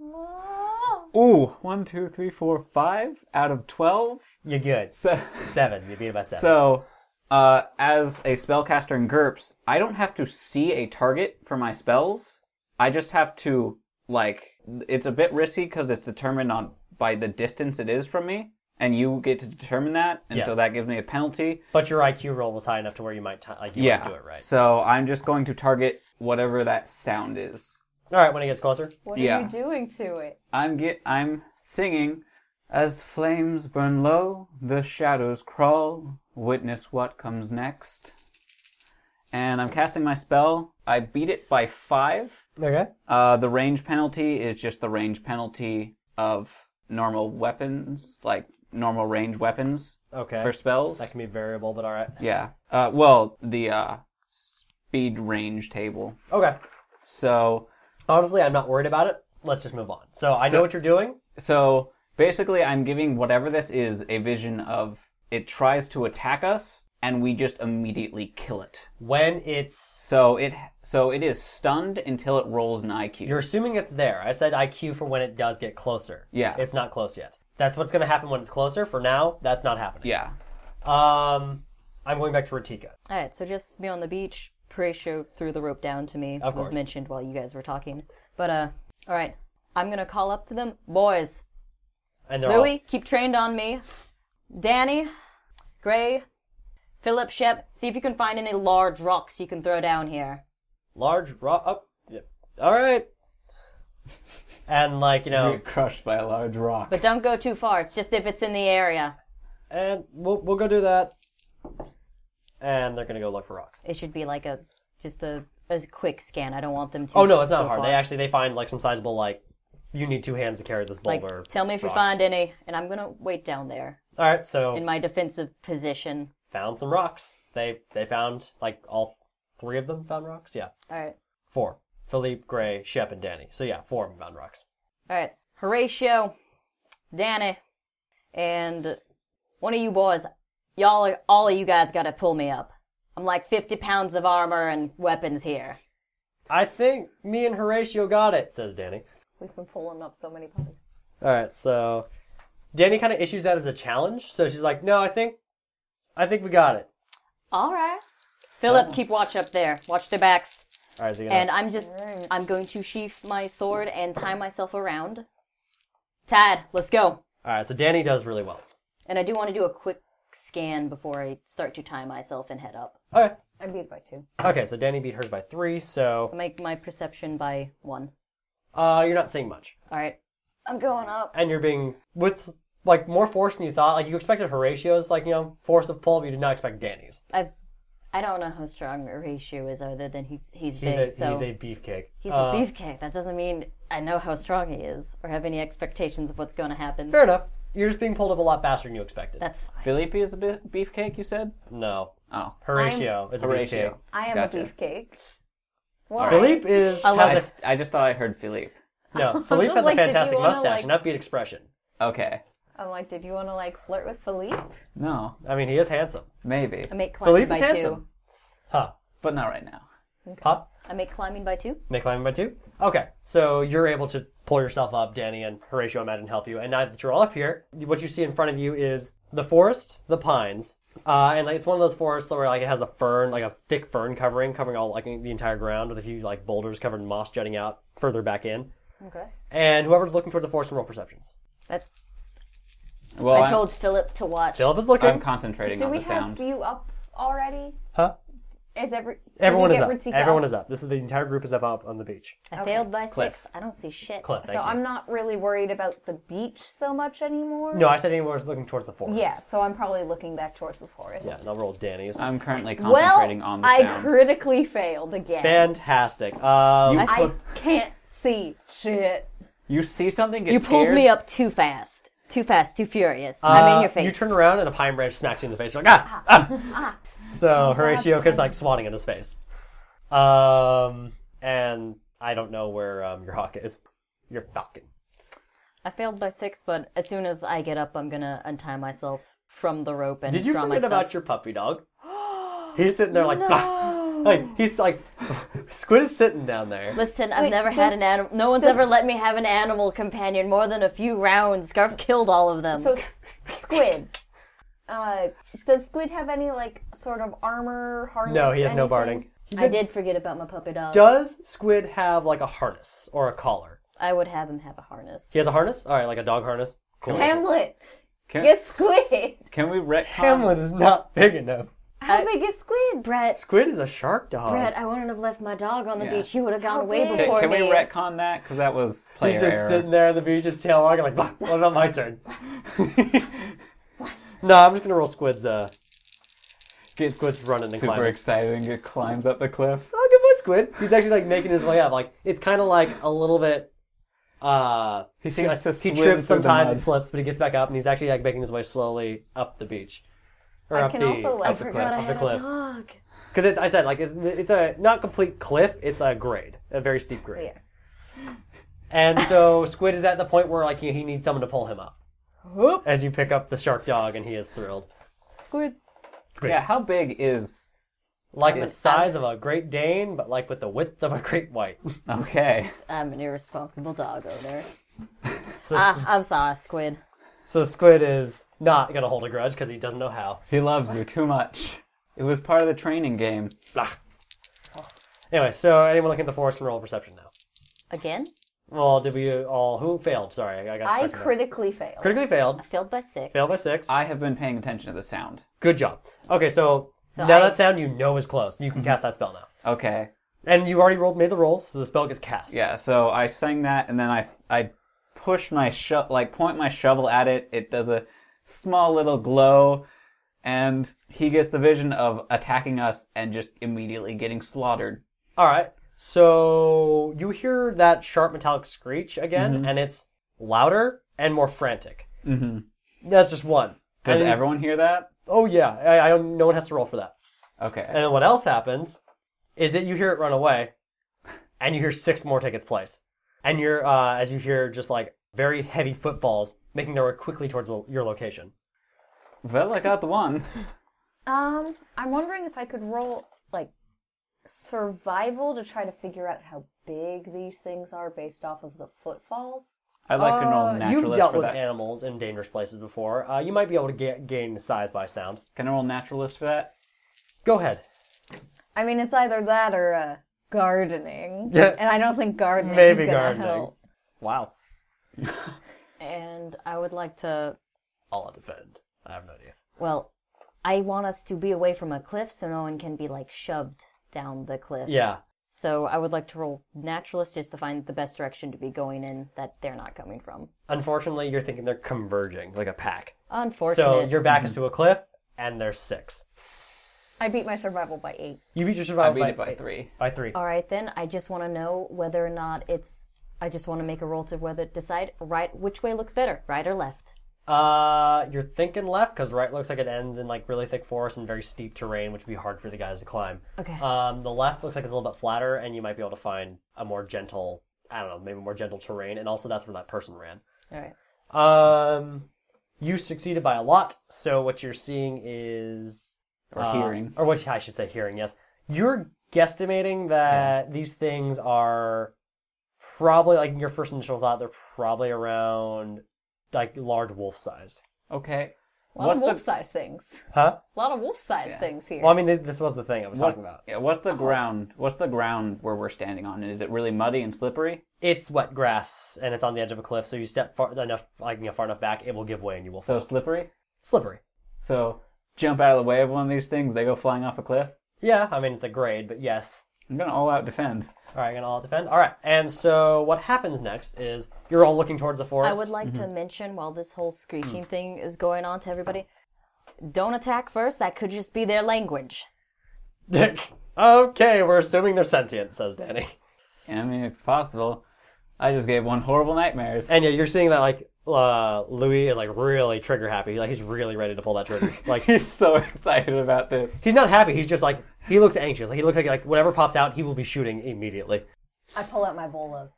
[SPEAKER 4] Oh.
[SPEAKER 1] Ooh, one, two, three, four, five out of twelve. *laughs*
[SPEAKER 2] You're good.
[SPEAKER 1] So,
[SPEAKER 2] Seven. You beat it by seven.
[SPEAKER 1] so uh, as a spellcaster in GURPS, I don't have to see a target for my spells. I just have to like. It's a bit risky because it's determined on by the distance it is from me, and you get to determine that, and so
[SPEAKER 2] Yes.
[SPEAKER 1] that gives me a penalty.
[SPEAKER 2] but your IQ roll was high enough to where you might ti like you might
[SPEAKER 1] yeah.
[SPEAKER 2] do it right.
[SPEAKER 1] So I'm just going to target whatever that sound is.
[SPEAKER 2] All right. When it gets closer,
[SPEAKER 4] What
[SPEAKER 1] Yeah.
[SPEAKER 4] are you doing to it?
[SPEAKER 1] I'm get I'm singing as flames burn low, the shadows crawl, witness what comes next. And I'm casting my spell. I beat it by 5.
[SPEAKER 2] okay.
[SPEAKER 1] Uh the range penalty is just the range penalty of normal weapons, like normal range weapons
[SPEAKER 2] Okay.
[SPEAKER 1] for spells.
[SPEAKER 2] That can be variable, but all right.
[SPEAKER 1] Yeah. Uh well, the uh speed range table.
[SPEAKER 2] Okay.
[SPEAKER 1] So
[SPEAKER 2] Honestly, I'm not worried about it. Let's just move on. So I know
[SPEAKER 1] So-
[SPEAKER 2] what you're doing.
[SPEAKER 1] So basically, I'm giving whatever this is a vision of it tries to attack us, and we just immediately kill it.
[SPEAKER 2] When it's,
[SPEAKER 1] So it so it is stunned until it rolls an IQ.
[SPEAKER 2] you're assuming it's there. I said IQ for when it does get closer.
[SPEAKER 1] Yeah.
[SPEAKER 2] It's not close yet. That's what's going to happen when it's closer. For now, that's not happening.
[SPEAKER 1] yeah,
[SPEAKER 2] Um, I'm going back to Ratika.
[SPEAKER 3] All right, so just me on the beach. Horatio threw the rope down to me.
[SPEAKER 2] Of
[SPEAKER 3] This was
[SPEAKER 2] course.
[SPEAKER 3] mentioned while you guys were talking. But uh, all right, I'm gonna call up to them, boys.
[SPEAKER 2] And they're
[SPEAKER 3] Louis, keep trained on me. Danny, Gray, Philip, Shep, see if you can find any large rocks you can throw down here.
[SPEAKER 2] all large, raw. Up. Yep. All right. And like you know,
[SPEAKER 1] crushed by a large rock.
[SPEAKER 3] But don't go too far. It's just if it's in the area,
[SPEAKER 2] and we'll we'll go do that. And they're gonna go look for rocks.
[SPEAKER 3] it should be like a just a, a quick scan. I don't want them to.
[SPEAKER 2] Oh no, it's not
[SPEAKER 3] go
[SPEAKER 2] hard.
[SPEAKER 3] far.
[SPEAKER 2] They actually they find like some sizable like. You need two hands to carry this
[SPEAKER 3] like
[SPEAKER 2] boulder.
[SPEAKER 3] tell me if you
[SPEAKER 2] rocks.
[SPEAKER 3] find any, and I'm gonna wait down there
[SPEAKER 2] All right, so
[SPEAKER 3] in my defensive position.
[SPEAKER 2] found some rocks. They they found like all three of them found rocks. Yeah,
[SPEAKER 3] All right.
[SPEAKER 2] four. Philippe, Gray, Shep, and Danny. So yeah, four of them found rocks.
[SPEAKER 3] All right, Horatio, Danny, and one of you boys, y'all, are, all of you guys got to pull me up. I'm like 50 pounds of armor and weapons here.
[SPEAKER 2] I think me and Horatio got it, says Danny.
[SPEAKER 4] We've been pulling up so many bodies.
[SPEAKER 2] All right, so Danny kind of issues that as a challenge. So she's like, "No, I think, I think we got it."
[SPEAKER 3] All right. Philip, keep watch up there. Watch their backs.
[SPEAKER 2] All right, so you
[SPEAKER 3] And I'm just, I'm going to sheath my sword and tie myself around. Tad, let's go.
[SPEAKER 2] all right. So Danny does really well.
[SPEAKER 3] And I do want to do a quick scan before I start to tie myself and head up.
[SPEAKER 2] Okay,
[SPEAKER 4] I beat by two.
[SPEAKER 2] okay. So Danny beat hers by three. So
[SPEAKER 3] Make my perception by one.
[SPEAKER 2] uh, you're not seeing much,
[SPEAKER 3] All right.
[SPEAKER 4] I'm going up.
[SPEAKER 2] and you're being with like more force than you thought. Like you expected Horatio's like you know force of pull, but you did not expect Danny's.
[SPEAKER 3] I I don't know how strong Horatio is other than he's he's,
[SPEAKER 2] He's
[SPEAKER 3] big.
[SPEAKER 2] a
[SPEAKER 3] so
[SPEAKER 2] he's a beefcake.
[SPEAKER 3] he's
[SPEAKER 2] Uh,
[SPEAKER 3] a beefcake. That doesn't mean I know how strong he is or have any expectations of what's going to happen.
[SPEAKER 2] Fair enough. You're just being pulled up a lot faster than you expected.
[SPEAKER 3] That's fine.
[SPEAKER 1] Philippi is a bi- beefcake, you said?
[SPEAKER 2] no,
[SPEAKER 1] Oh.
[SPEAKER 2] Horatio is a
[SPEAKER 1] Horatio.
[SPEAKER 4] I am
[SPEAKER 1] Gotcha.
[SPEAKER 4] a beefcake. Why?
[SPEAKER 2] beefcake. Philippe is
[SPEAKER 3] I love
[SPEAKER 2] has
[SPEAKER 3] it.
[SPEAKER 2] a-
[SPEAKER 1] I just thought I heard Philippe.
[SPEAKER 3] *laughs*
[SPEAKER 2] no. Philippe
[SPEAKER 4] just
[SPEAKER 2] has a
[SPEAKER 4] like, did you
[SPEAKER 2] fantastic
[SPEAKER 4] wanna,
[SPEAKER 2] mustache,
[SPEAKER 4] like-
[SPEAKER 2] and upbeat expression.
[SPEAKER 1] Okay.
[SPEAKER 4] I'm like, did you want to like flirt with Philippe?
[SPEAKER 1] No,
[SPEAKER 2] I mean, he is handsome.
[SPEAKER 1] maybe.
[SPEAKER 4] Um,
[SPEAKER 3] I make climbing
[SPEAKER 2] Philippe
[SPEAKER 3] by
[SPEAKER 2] is
[SPEAKER 3] two.
[SPEAKER 2] handsome. Huh?
[SPEAKER 1] But not right now.
[SPEAKER 2] Huh?
[SPEAKER 3] I make climbing by two.
[SPEAKER 2] They climb by two. Okay, so you're able to pull yourself up, Danny and Horatio. I imagine help you. And now that you're all up here, what you see in front of you is the forest, the pines, uh, and like, it's one of those forests where like it has a fern, like a thick fern covering, covering all like the entire ground, with a few like boulders covered in moss jutting out further back in.
[SPEAKER 3] Okay.
[SPEAKER 2] And whoever's looking towards the forest, can roll perceptions.
[SPEAKER 3] That's.
[SPEAKER 1] Well,
[SPEAKER 3] I told Philip to watch.
[SPEAKER 2] Philip is
[SPEAKER 1] I'm,
[SPEAKER 2] looking.
[SPEAKER 1] I'm concentrating
[SPEAKER 4] Do
[SPEAKER 1] on
[SPEAKER 4] we
[SPEAKER 1] the
[SPEAKER 4] have
[SPEAKER 1] sound.
[SPEAKER 4] you up already?
[SPEAKER 2] huh?
[SPEAKER 4] Is every did we
[SPEAKER 2] Everyone is
[SPEAKER 4] get
[SPEAKER 2] up.
[SPEAKER 4] Ritika
[SPEAKER 2] Everyone is up. This is the entire group is up, up on the beach.
[SPEAKER 3] I failed by
[SPEAKER 1] Cliff.
[SPEAKER 3] six. I don't see shit.
[SPEAKER 2] Cliff,
[SPEAKER 4] So
[SPEAKER 2] thank you.
[SPEAKER 4] I'm not really worried about the beach so much anymore.
[SPEAKER 2] No, I said anyone's looking towards the forest.
[SPEAKER 4] Yeah, so I'm probably looking back towards the forest.
[SPEAKER 2] Yeah, and I'll roll Danny's.
[SPEAKER 1] I'm currently
[SPEAKER 4] Well,
[SPEAKER 1] concentrating on the
[SPEAKER 4] I
[SPEAKER 1] sound.
[SPEAKER 4] critically failed again.
[SPEAKER 2] Fantastic. Um,
[SPEAKER 1] You-
[SPEAKER 4] I can't see shit.
[SPEAKER 1] you see something, get
[SPEAKER 3] You
[SPEAKER 1] scared.
[SPEAKER 3] pulled me up too fast. Too fast, too furious. I'm in your
[SPEAKER 2] Uh,
[SPEAKER 3] face.
[SPEAKER 2] You turn around and a pine branch smacks you in the face. You're like, ah! ah. so Horatio is like swatting in his face. Um, and I don't know where um, your hawk is. Your falcon.
[SPEAKER 3] I failed by six, but as soon as I get up, I'm gonna untie myself from the rope and
[SPEAKER 2] Did you
[SPEAKER 3] draw my
[SPEAKER 2] forget
[SPEAKER 3] stuff.
[SPEAKER 2] about your puppy
[SPEAKER 3] *gasps*
[SPEAKER 2] dog? He's sitting there like, bah. like he's like, *laughs* Squid is sitting down there.
[SPEAKER 3] Listen, I've
[SPEAKER 4] Wait,
[SPEAKER 3] never had
[SPEAKER 4] does-
[SPEAKER 3] an animal. No one's
[SPEAKER 4] does-
[SPEAKER 3] ever let me have an animal companion more than a few rounds. Scarf killed all of them.
[SPEAKER 4] So s- squid. Uh, does squid have any like sort of armor harness?
[SPEAKER 2] No, he has no
[SPEAKER 4] anything?
[SPEAKER 2] barding.
[SPEAKER 3] I did forget about my puppy dog.
[SPEAKER 2] Does Squid have like a harness or a collar?
[SPEAKER 3] I would have him have a harness.
[SPEAKER 2] He has a harness. All right, like a dog harness. Cool.
[SPEAKER 4] Hamlet,
[SPEAKER 1] Can,
[SPEAKER 4] get squid.
[SPEAKER 1] can we retcon?
[SPEAKER 2] Hamlet is not big enough.
[SPEAKER 4] How
[SPEAKER 3] I-
[SPEAKER 4] big is squid?
[SPEAKER 3] Brett,
[SPEAKER 2] Squid is a shark dog.
[SPEAKER 3] Brett, I wouldn't have left my dog on the
[SPEAKER 1] Uh, Yeah.
[SPEAKER 3] beach. You would have
[SPEAKER 4] How
[SPEAKER 3] gone way
[SPEAKER 4] big?
[SPEAKER 1] Can,
[SPEAKER 3] before
[SPEAKER 1] can we
[SPEAKER 3] me.
[SPEAKER 1] retcon that? Because that was player
[SPEAKER 2] He's just
[SPEAKER 1] error.
[SPEAKER 2] sitting there on the beach, his tail wagging, like, "Bah, well, not my
[SPEAKER 4] *laughs*
[SPEAKER 2] turn. no, I'm just gonna roll Squid's. Uh,
[SPEAKER 1] Gets
[SPEAKER 2] Squid's running and
[SPEAKER 1] super
[SPEAKER 2] climbing.
[SPEAKER 1] excited and it climbs up the cliff.
[SPEAKER 2] oh, good boy, Squid. He's actually like making his way up. Like it's kind of like a little bit. Uh,
[SPEAKER 1] He seems to
[SPEAKER 2] he
[SPEAKER 1] swim through the
[SPEAKER 2] trips sometimes, he
[SPEAKER 1] mud.
[SPEAKER 2] slips, but he gets back up, and he's actually like making his way slowly up the beach. Or
[SPEAKER 4] I
[SPEAKER 2] up
[SPEAKER 4] can
[SPEAKER 2] the,
[SPEAKER 4] also,
[SPEAKER 2] up
[SPEAKER 4] like- I
[SPEAKER 2] the cliff,
[SPEAKER 3] Forgot I
[SPEAKER 2] up the
[SPEAKER 3] had a
[SPEAKER 2] cliff.
[SPEAKER 3] dog.
[SPEAKER 2] Because I said, like, it, it's a not complete cliff; it's a grade, a very steep grade.
[SPEAKER 4] Yeah.
[SPEAKER 2] And
[SPEAKER 3] *laughs*
[SPEAKER 2] so Squid is at the point where like he he needs someone to pull him up.
[SPEAKER 3] Whoop.
[SPEAKER 2] As you pick up the shark dog, and he is thrilled. Squid.
[SPEAKER 1] Yeah, how big is.
[SPEAKER 2] Like the size of a Great Dane, but like with the width of a Great White. *laughs*
[SPEAKER 1] Okay.
[SPEAKER 3] I'm an irresponsible dog owner.
[SPEAKER 2] So,
[SPEAKER 3] Ah, I'm sorry, Squid.
[SPEAKER 2] so Squid is not gonna hold a grudge because he doesn't know how.
[SPEAKER 1] He loves you too much. It was part of the training game.
[SPEAKER 2] Blah. Anyway, so anyone looking at the forest can roll perception now.
[SPEAKER 3] Again?
[SPEAKER 2] Well, did we all who failed? Sorry, I got
[SPEAKER 4] I
[SPEAKER 2] stuck. in that.
[SPEAKER 4] critically failed.
[SPEAKER 2] critically failed.
[SPEAKER 3] Failed by six.
[SPEAKER 2] Failed by six.
[SPEAKER 1] I have been paying attention to the sound.
[SPEAKER 2] Good job. Okay, so,
[SPEAKER 3] So
[SPEAKER 2] now
[SPEAKER 3] I-
[SPEAKER 2] that sound you know is close. You can
[SPEAKER 1] Mm-hmm.
[SPEAKER 2] cast that spell now,
[SPEAKER 1] Okay.
[SPEAKER 2] and you already rolled made the rolls, so the spell gets cast.
[SPEAKER 1] Yeah, so I sang that and then I I push my sho- like point my shovel at it. It does a small little glow and he gets the vision of attacking us and just immediately getting slaughtered.
[SPEAKER 2] All right. So you hear that sharp metallic screech again,
[SPEAKER 1] Mm-hmm.
[SPEAKER 2] and it's louder and more frantic. Mm-hmm. That's just one.
[SPEAKER 1] Does
[SPEAKER 2] And-
[SPEAKER 1] everyone hear that?
[SPEAKER 2] Oh yeah. I, I don't. No one has to roll for that.
[SPEAKER 1] Okay.
[SPEAKER 2] And then what else happens is that you hear it run away, and you hear six more take its place, and you're uh, as you hear just like very heavy footfalls making their way quickly towards lo- your location.
[SPEAKER 1] Well, I got the one.
[SPEAKER 4] Um, I'm wondering if I could roll like survival to try to figure out how big these things are based off of the footfalls.
[SPEAKER 1] I'd like to roll
[SPEAKER 2] Uh,
[SPEAKER 1] naturalist
[SPEAKER 2] You've dealt
[SPEAKER 1] for
[SPEAKER 2] with
[SPEAKER 1] that.
[SPEAKER 2] animals in dangerous places before. Uh, you might be able to ga- gain size by sound.
[SPEAKER 1] Can I roll naturalist for that?
[SPEAKER 2] Go ahead.
[SPEAKER 4] I mean, it's either that or uh,
[SPEAKER 1] *laughs*
[SPEAKER 4] gardening.
[SPEAKER 2] Yeah.
[SPEAKER 4] And I don't think gardening is
[SPEAKER 2] Maybe
[SPEAKER 4] gonna
[SPEAKER 2] gardening.
[SPEAKER 4] help.
[SPEAKER 2] Wow.
[SPEAKER 3] And I would like to.
[SPEAKER 2] I'll defend. I have no idea.
[SPEAKER 3] Well, I want us to be away from a cliff so no one can be like shoved down the cliff.
[SPEAKER 2] Yeah.
[SPEAKER 3] So I would like to roll naturalist just to find the best direction to be going in that they're not coming from.
[SPEAKER 2] Unfortunately, you're thinking they're converging like a pack. So
[SPEAKER 3] Unfortunate.
[SPEAKER 2] your back
[SPEAKER 1] Mm-hmm.
[SPEAKER 2] is to a cliff, and there's six.
[SPEAKER 4] I beat my survival by eight.
[SPEAKER 2] You beat your
[SPEAKER 1] I
[SPEAKER 2] survival
[SPEAKER 1] beat it
[SPEAKER 2] by
[SPEAKER 1] by three.
[SPEAKER 2] By three.
[SPEAKER 3] All right, then. I just want to know whether or not it's. I just want to make a roll to whether decide right which way looks better, right or left.
[SPEAKER 2] Uh, you're thinking left because right looks like it ends in like really thick forest and very steep terrain, which would be hard for the guys to climb.
[SPEAKER 3] Okay.
[SPEAKER 2] Um, the left looks like it's a little bit flatter, and you might be able to find a more gentle, I don't know, maybe more gentle terrain, and also that's where that person ran.
[SPEAKER 3] All right.
[SPEAKER 2] Um, you succeeded by a lot, so what you're seeing is
[SPEAKER 1] Or
[SPEAKER 2] uh,
[SPEAKER 1] hearing.
[SPEAKER 2] or what I should say, hearing. Yes, you're guesstimating that these things are probably like your first initial thought. They're probably around like large wolf sized,
[SPEAKER 1] Okay.
[SPEAKER 4] A lot
[SPEAKER 1] What's
[SPEAKER 4] of
[SPEAKER 1] the-
[SPEAKER 4] wolf size things.
[SPEAKER 2] huh?
[SPEAKER 4] A lot of wolf size things here.
[SPEAKER 2] Well, I mean, th- this was the thing I was
[SPEAKER 1] What's,
[SPEAKER 2] talking about.
[SPEAKER 1] yeah, what's the ground? What's the ground where we're standing on? Is it really muddy and slippery?
[SPEAKER 2] It's wet grass, and it's on the edge of a cliff. So you step far enough, like you know, far enough back, it will give way, and you will
[SPEAKER 1] So
[SPEAKER 2] fall.
[SPEAKER 1] slippery.
[SPEAKER 2] Slippery.
[SPEAKER 1] So jump out of the way of one of these things, they go flying off a cliff.
[SPEAKER 2] Yeah, I mean, it's a grade, but yes.
[SPEAKER 1] I'm gonna all out defend.
[SPEAKER 2] All right, gonna all defend. All right, and so what happens next is you're all looking towards the
[SPEAKER 3] I
[SPEAKER 2] forest.
[SPEAKER 3] would like
[SPEAKER 2] Mm-hmm.
[SPEAKER 3] to mention while this whole
[SPEAKER 2] Mm.
[SPEAKER 3] screeching thing is going on to everybody, don't attack first. That could just be their language.
[SPEAKER 2] *laughs* okay, we're assuming they're sentient, says Danny.
[SPEAKER 1] I mean, it's possible. I just gave one horrible nightmares.
[SPEAKER 2] And yeah, you're seeing that like uh, Louis is like really trigger happy. Like he's really ready to pull that
[SPEAKER 3] *laughs*
[SPEAKER 2] trigger. Like
[SPEAKER 1] he's *laughs* so excited about this.
[SPEAKER 2] he's not happy. He's just like he looks anxious. Like he looks like like whatever pops out, he will be shooting immediately.
[SPEAKER 4] I pull out my bolas.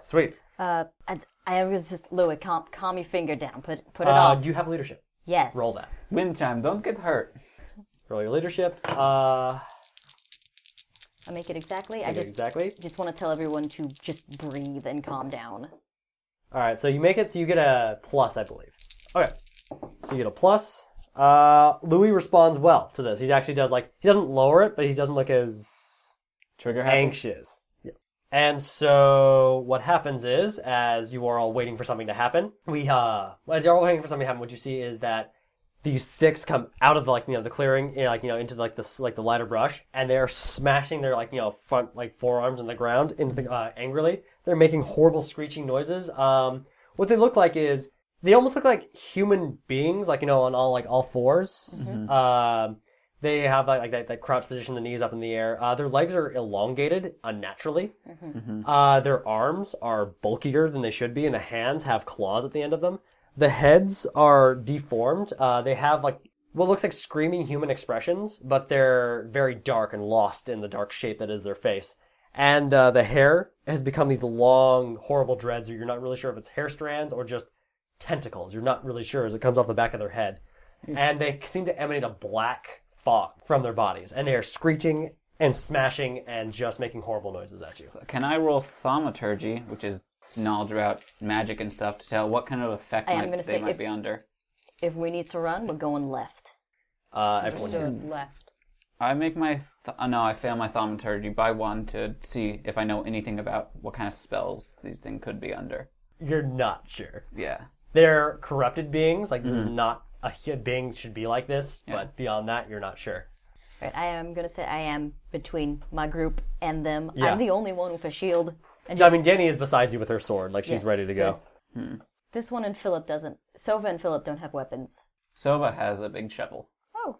[SPEAKER 2] Sweet.
[SPEAKER 3] Uh, I, I was just Louis, calm, calm your finger down. Put put it
[SPEAKER 2] Uh,
[SPEAKER 3] off.
[SPEAKER 2] do you have leadership?
[SPEAKER 3] yes.
[SPEAKER 2] Roll that.
[SPEAKER 1] Wind chime, don't get hurt.
[SPEAKER 2] Roll your leadership. Uh,
[SPEAKER 3] I make it exactly. I just
[SPEAKER 2] exactly.
[SPEAKER 3] just want to tell everyone to just breathe and calm down.
[SPEAKER 2] All right, so you make it, so you get a plus, I believe. Okay, so you get a plus. Uh, Louis responds well to this. He actually does like he doesn't lower it, but he doesn't look as
[SPEAKER 1] Trigger happy.
[SPEAKER 2] anxious. And so what happens is, as you are all waiting for something to happen, we uh, as you're all waiting for something to happen, what you see is that these six come out of the, like you know the clearing, you know, like you know into like this like the lighter brush, and they are smashing their like you know front like forearms on the ground into the uh, angrily. They're making horrible screeching noises. Um, what they look like is they almost look like human beings, like you know on all like all 4s Um, they have like, like that, that crouch position, the knees up in the air. Uh, their legs are elongated unnaturally. Uh, their arms are bulkier than they should be, and the hands have claws at the end of them. The heads are deformed. Uh, they have like what looks like screaming human expressions, but they're very dark and lost in the dark shape that is their face. And uh, the hair has become these long, horrible dreads. Where you're not really sure if it's hair strands or just tentacles. You're not really sure as it comes off the back of their head. And they seem to emanate a black fog from their bodies. And they are screeching and smashing and just making horrible noises at you.
[SPEAKER 1] Can I roll thaumaturgy, which is knowledge about magic and stuff, to tell what kind of effect
[SPEAKER 3] I am
[SPEAKER 1] might-
[SPEAKER 3] gonna
[SPEAKER 1] they
[SPEAKER 3] say
[SPEAKER 1] might
[SPEAKER 3] if-
[SPEAKER 1] be under?
[SPEAKER 3] If we need to run, we're going left.
[SPEAKER 2] Uh, everyone here.
[SPEAKER 4] Understood. Left.
[SPEAKER 1] I make my th- uh, no, I fail my thaumaturgy by one to see if I know anything about what kind of spells these things could be under.
[SPEAKER 2] You're not sure.
[SPEAKER 1] Yeah.
[SPEAKER 2] They're corrupted beings. Like, this is not a hu- being should be like this. But beyond that, you're not sure.
[SPEAKER 3] Right, I am gonna say I am between my group and them.
[SPEAKER 2] Yeah.
[SPEAKER 3] I'm the only one with a shield.
[SPEAKER 2] I
[SPEAKER 3] And just,
[SPEAKER 2] mean, Danny is beside you with her sword. Like, she's
[SPEAKER 3] Yes,
[SPEAKER 2] ready to go.
[SPEAKER 3] this one and Philip doesn't. Sova and Philip don't have weapons.
[SPEAKER 1] Sova has a big shovel.
[SPEAKER 3] Oh.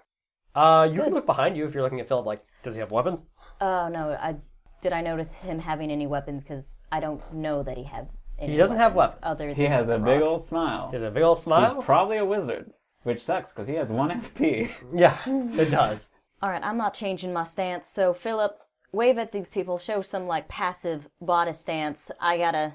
[SPEAKER 2] Uh, you can look behind you if you're looking at Philip. Like, does he have weapons?
[SPEAKER 3] Oh no! I did I notice him having any weapons? Because I don't know that he has. Any
[SPEAKER 2] He doesn't have weapons.
[SPEAKER 3] Other
[SPEAKER 1] He
[SPEAKER 3] than
[SPEAKER 1] has a
[SPEAKER 3] the
[SPEAKER 1] big
[SPEAKER 3] rock.
[SPEAKER 1] old smile.
[SPEAKER 2] He has a big old smile.
[SPEAKER 1] He's probably a wizard, which sucks because he has one
[SPEAKER 3] *laughs*
[SPEAKER 1] FP.
[SPEAKER 2] yeah, *laughs* it does.
[SPEAKER 3] All right, I'm not changing my stance. So Philip, wave at these people. Show some like passive bodice stance. I gotta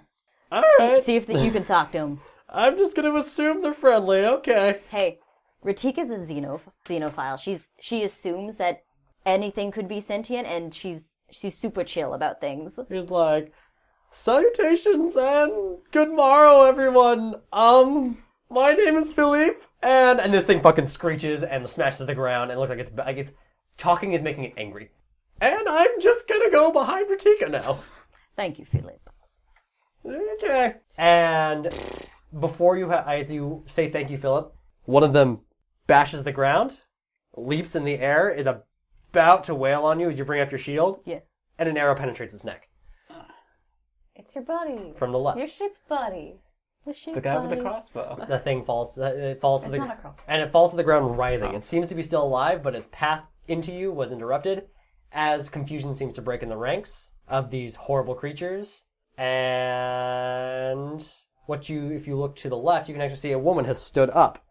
[SPEAKER 2] All right.
[SPEAKER 3] see if that you can talk to him.
[SPEAKER 2] I'm just gonna assume they're friendly. Okay.
[SPEAKER 3] Hey, Ratika's a xenoph- xenophile. She's she assumes that anything could be sentient, and she's she's super chill about things.
[SPEAKER 2] He's like, salutations and good morrow, everyone. Um, my name is Philippe, and and this thing fucking screeches and smashes to the ground and it looks like it's like it's talking is making it angry. And I'm just gonna go behind Ratika now.
[SPEAKER 3] Thank you, Philip.
[SPEAKER 2] Okay. And before you ha- as you say thank you, Philip, one of them bashes the ground, leaps in the air, is about to wail on you as you bring up your shield.
[SPEAKER 3] Yeah.
[SPEAKER 2] and an arrow penetrates its neck
[SPEAKER 4] It's your buddy.
[SPEAKER 2] from the left.
[SPEAKER 4] Your ship buddy.
[SPEAKER 3] The, ship
[SPEAKER 1] The guy with the
[SPEAKER 3] bodies.
[SPEAKER 1] crossbow.
[SPEAKER 2] The thing falls. uh, It falls to
[SPEAKER 4] It's
[SPEAKER 2] the
[SPEAKER 4] not a crossbow.
[SPEAKER 2] and it falls to the ground writhing. It seems to be still alive, but its path into you was interrupted, as confusion seems to break in the ranks of these horrible creatures. And what you, if you look to the left, you can actually see a woman has stood up.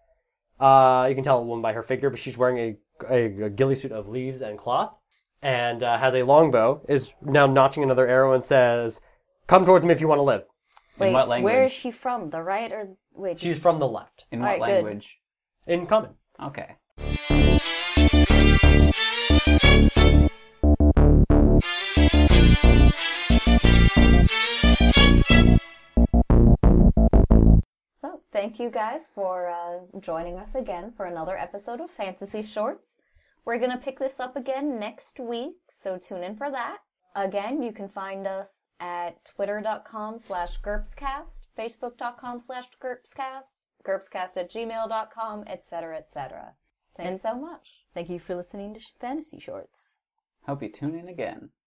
[SPEAKER 2] Uh, you can tell a woman by her figure, but she's wearing a a, a ghillie suit of leaves and cloth, and uh, has a longbow. Is now notching another arrow and says, "Come towards me if you want to live."
[SPEAKER 3] Wait,
[SPEAKER 1] In what language?
[SPEAKER 3] where is she from? The right or wait?
[SPEAKER 2] She's from the left,
[SPEAKER 1] In what
[SPEAKER 3] Alright, good.
[SPEAKER 1] language?
[SPEAKER 2] in common.
[SPEAKER 1] Okay.
[SPEAKER 4] So, thank you guys for uh, joining us again for another episode of Fantasy Shorts. We're going to pick this up again next week, so tune in for that. Again, you can find us at twitter.com slash GURPScast, facebook.com slash GURPScast, GURPScast at gmail.com, etc., etc. Thanks so much.
[SPEAKER 3] Thank you for listening to Sh- Fantasy Shorts.
[SPEAKER 1] Hope you tune in again.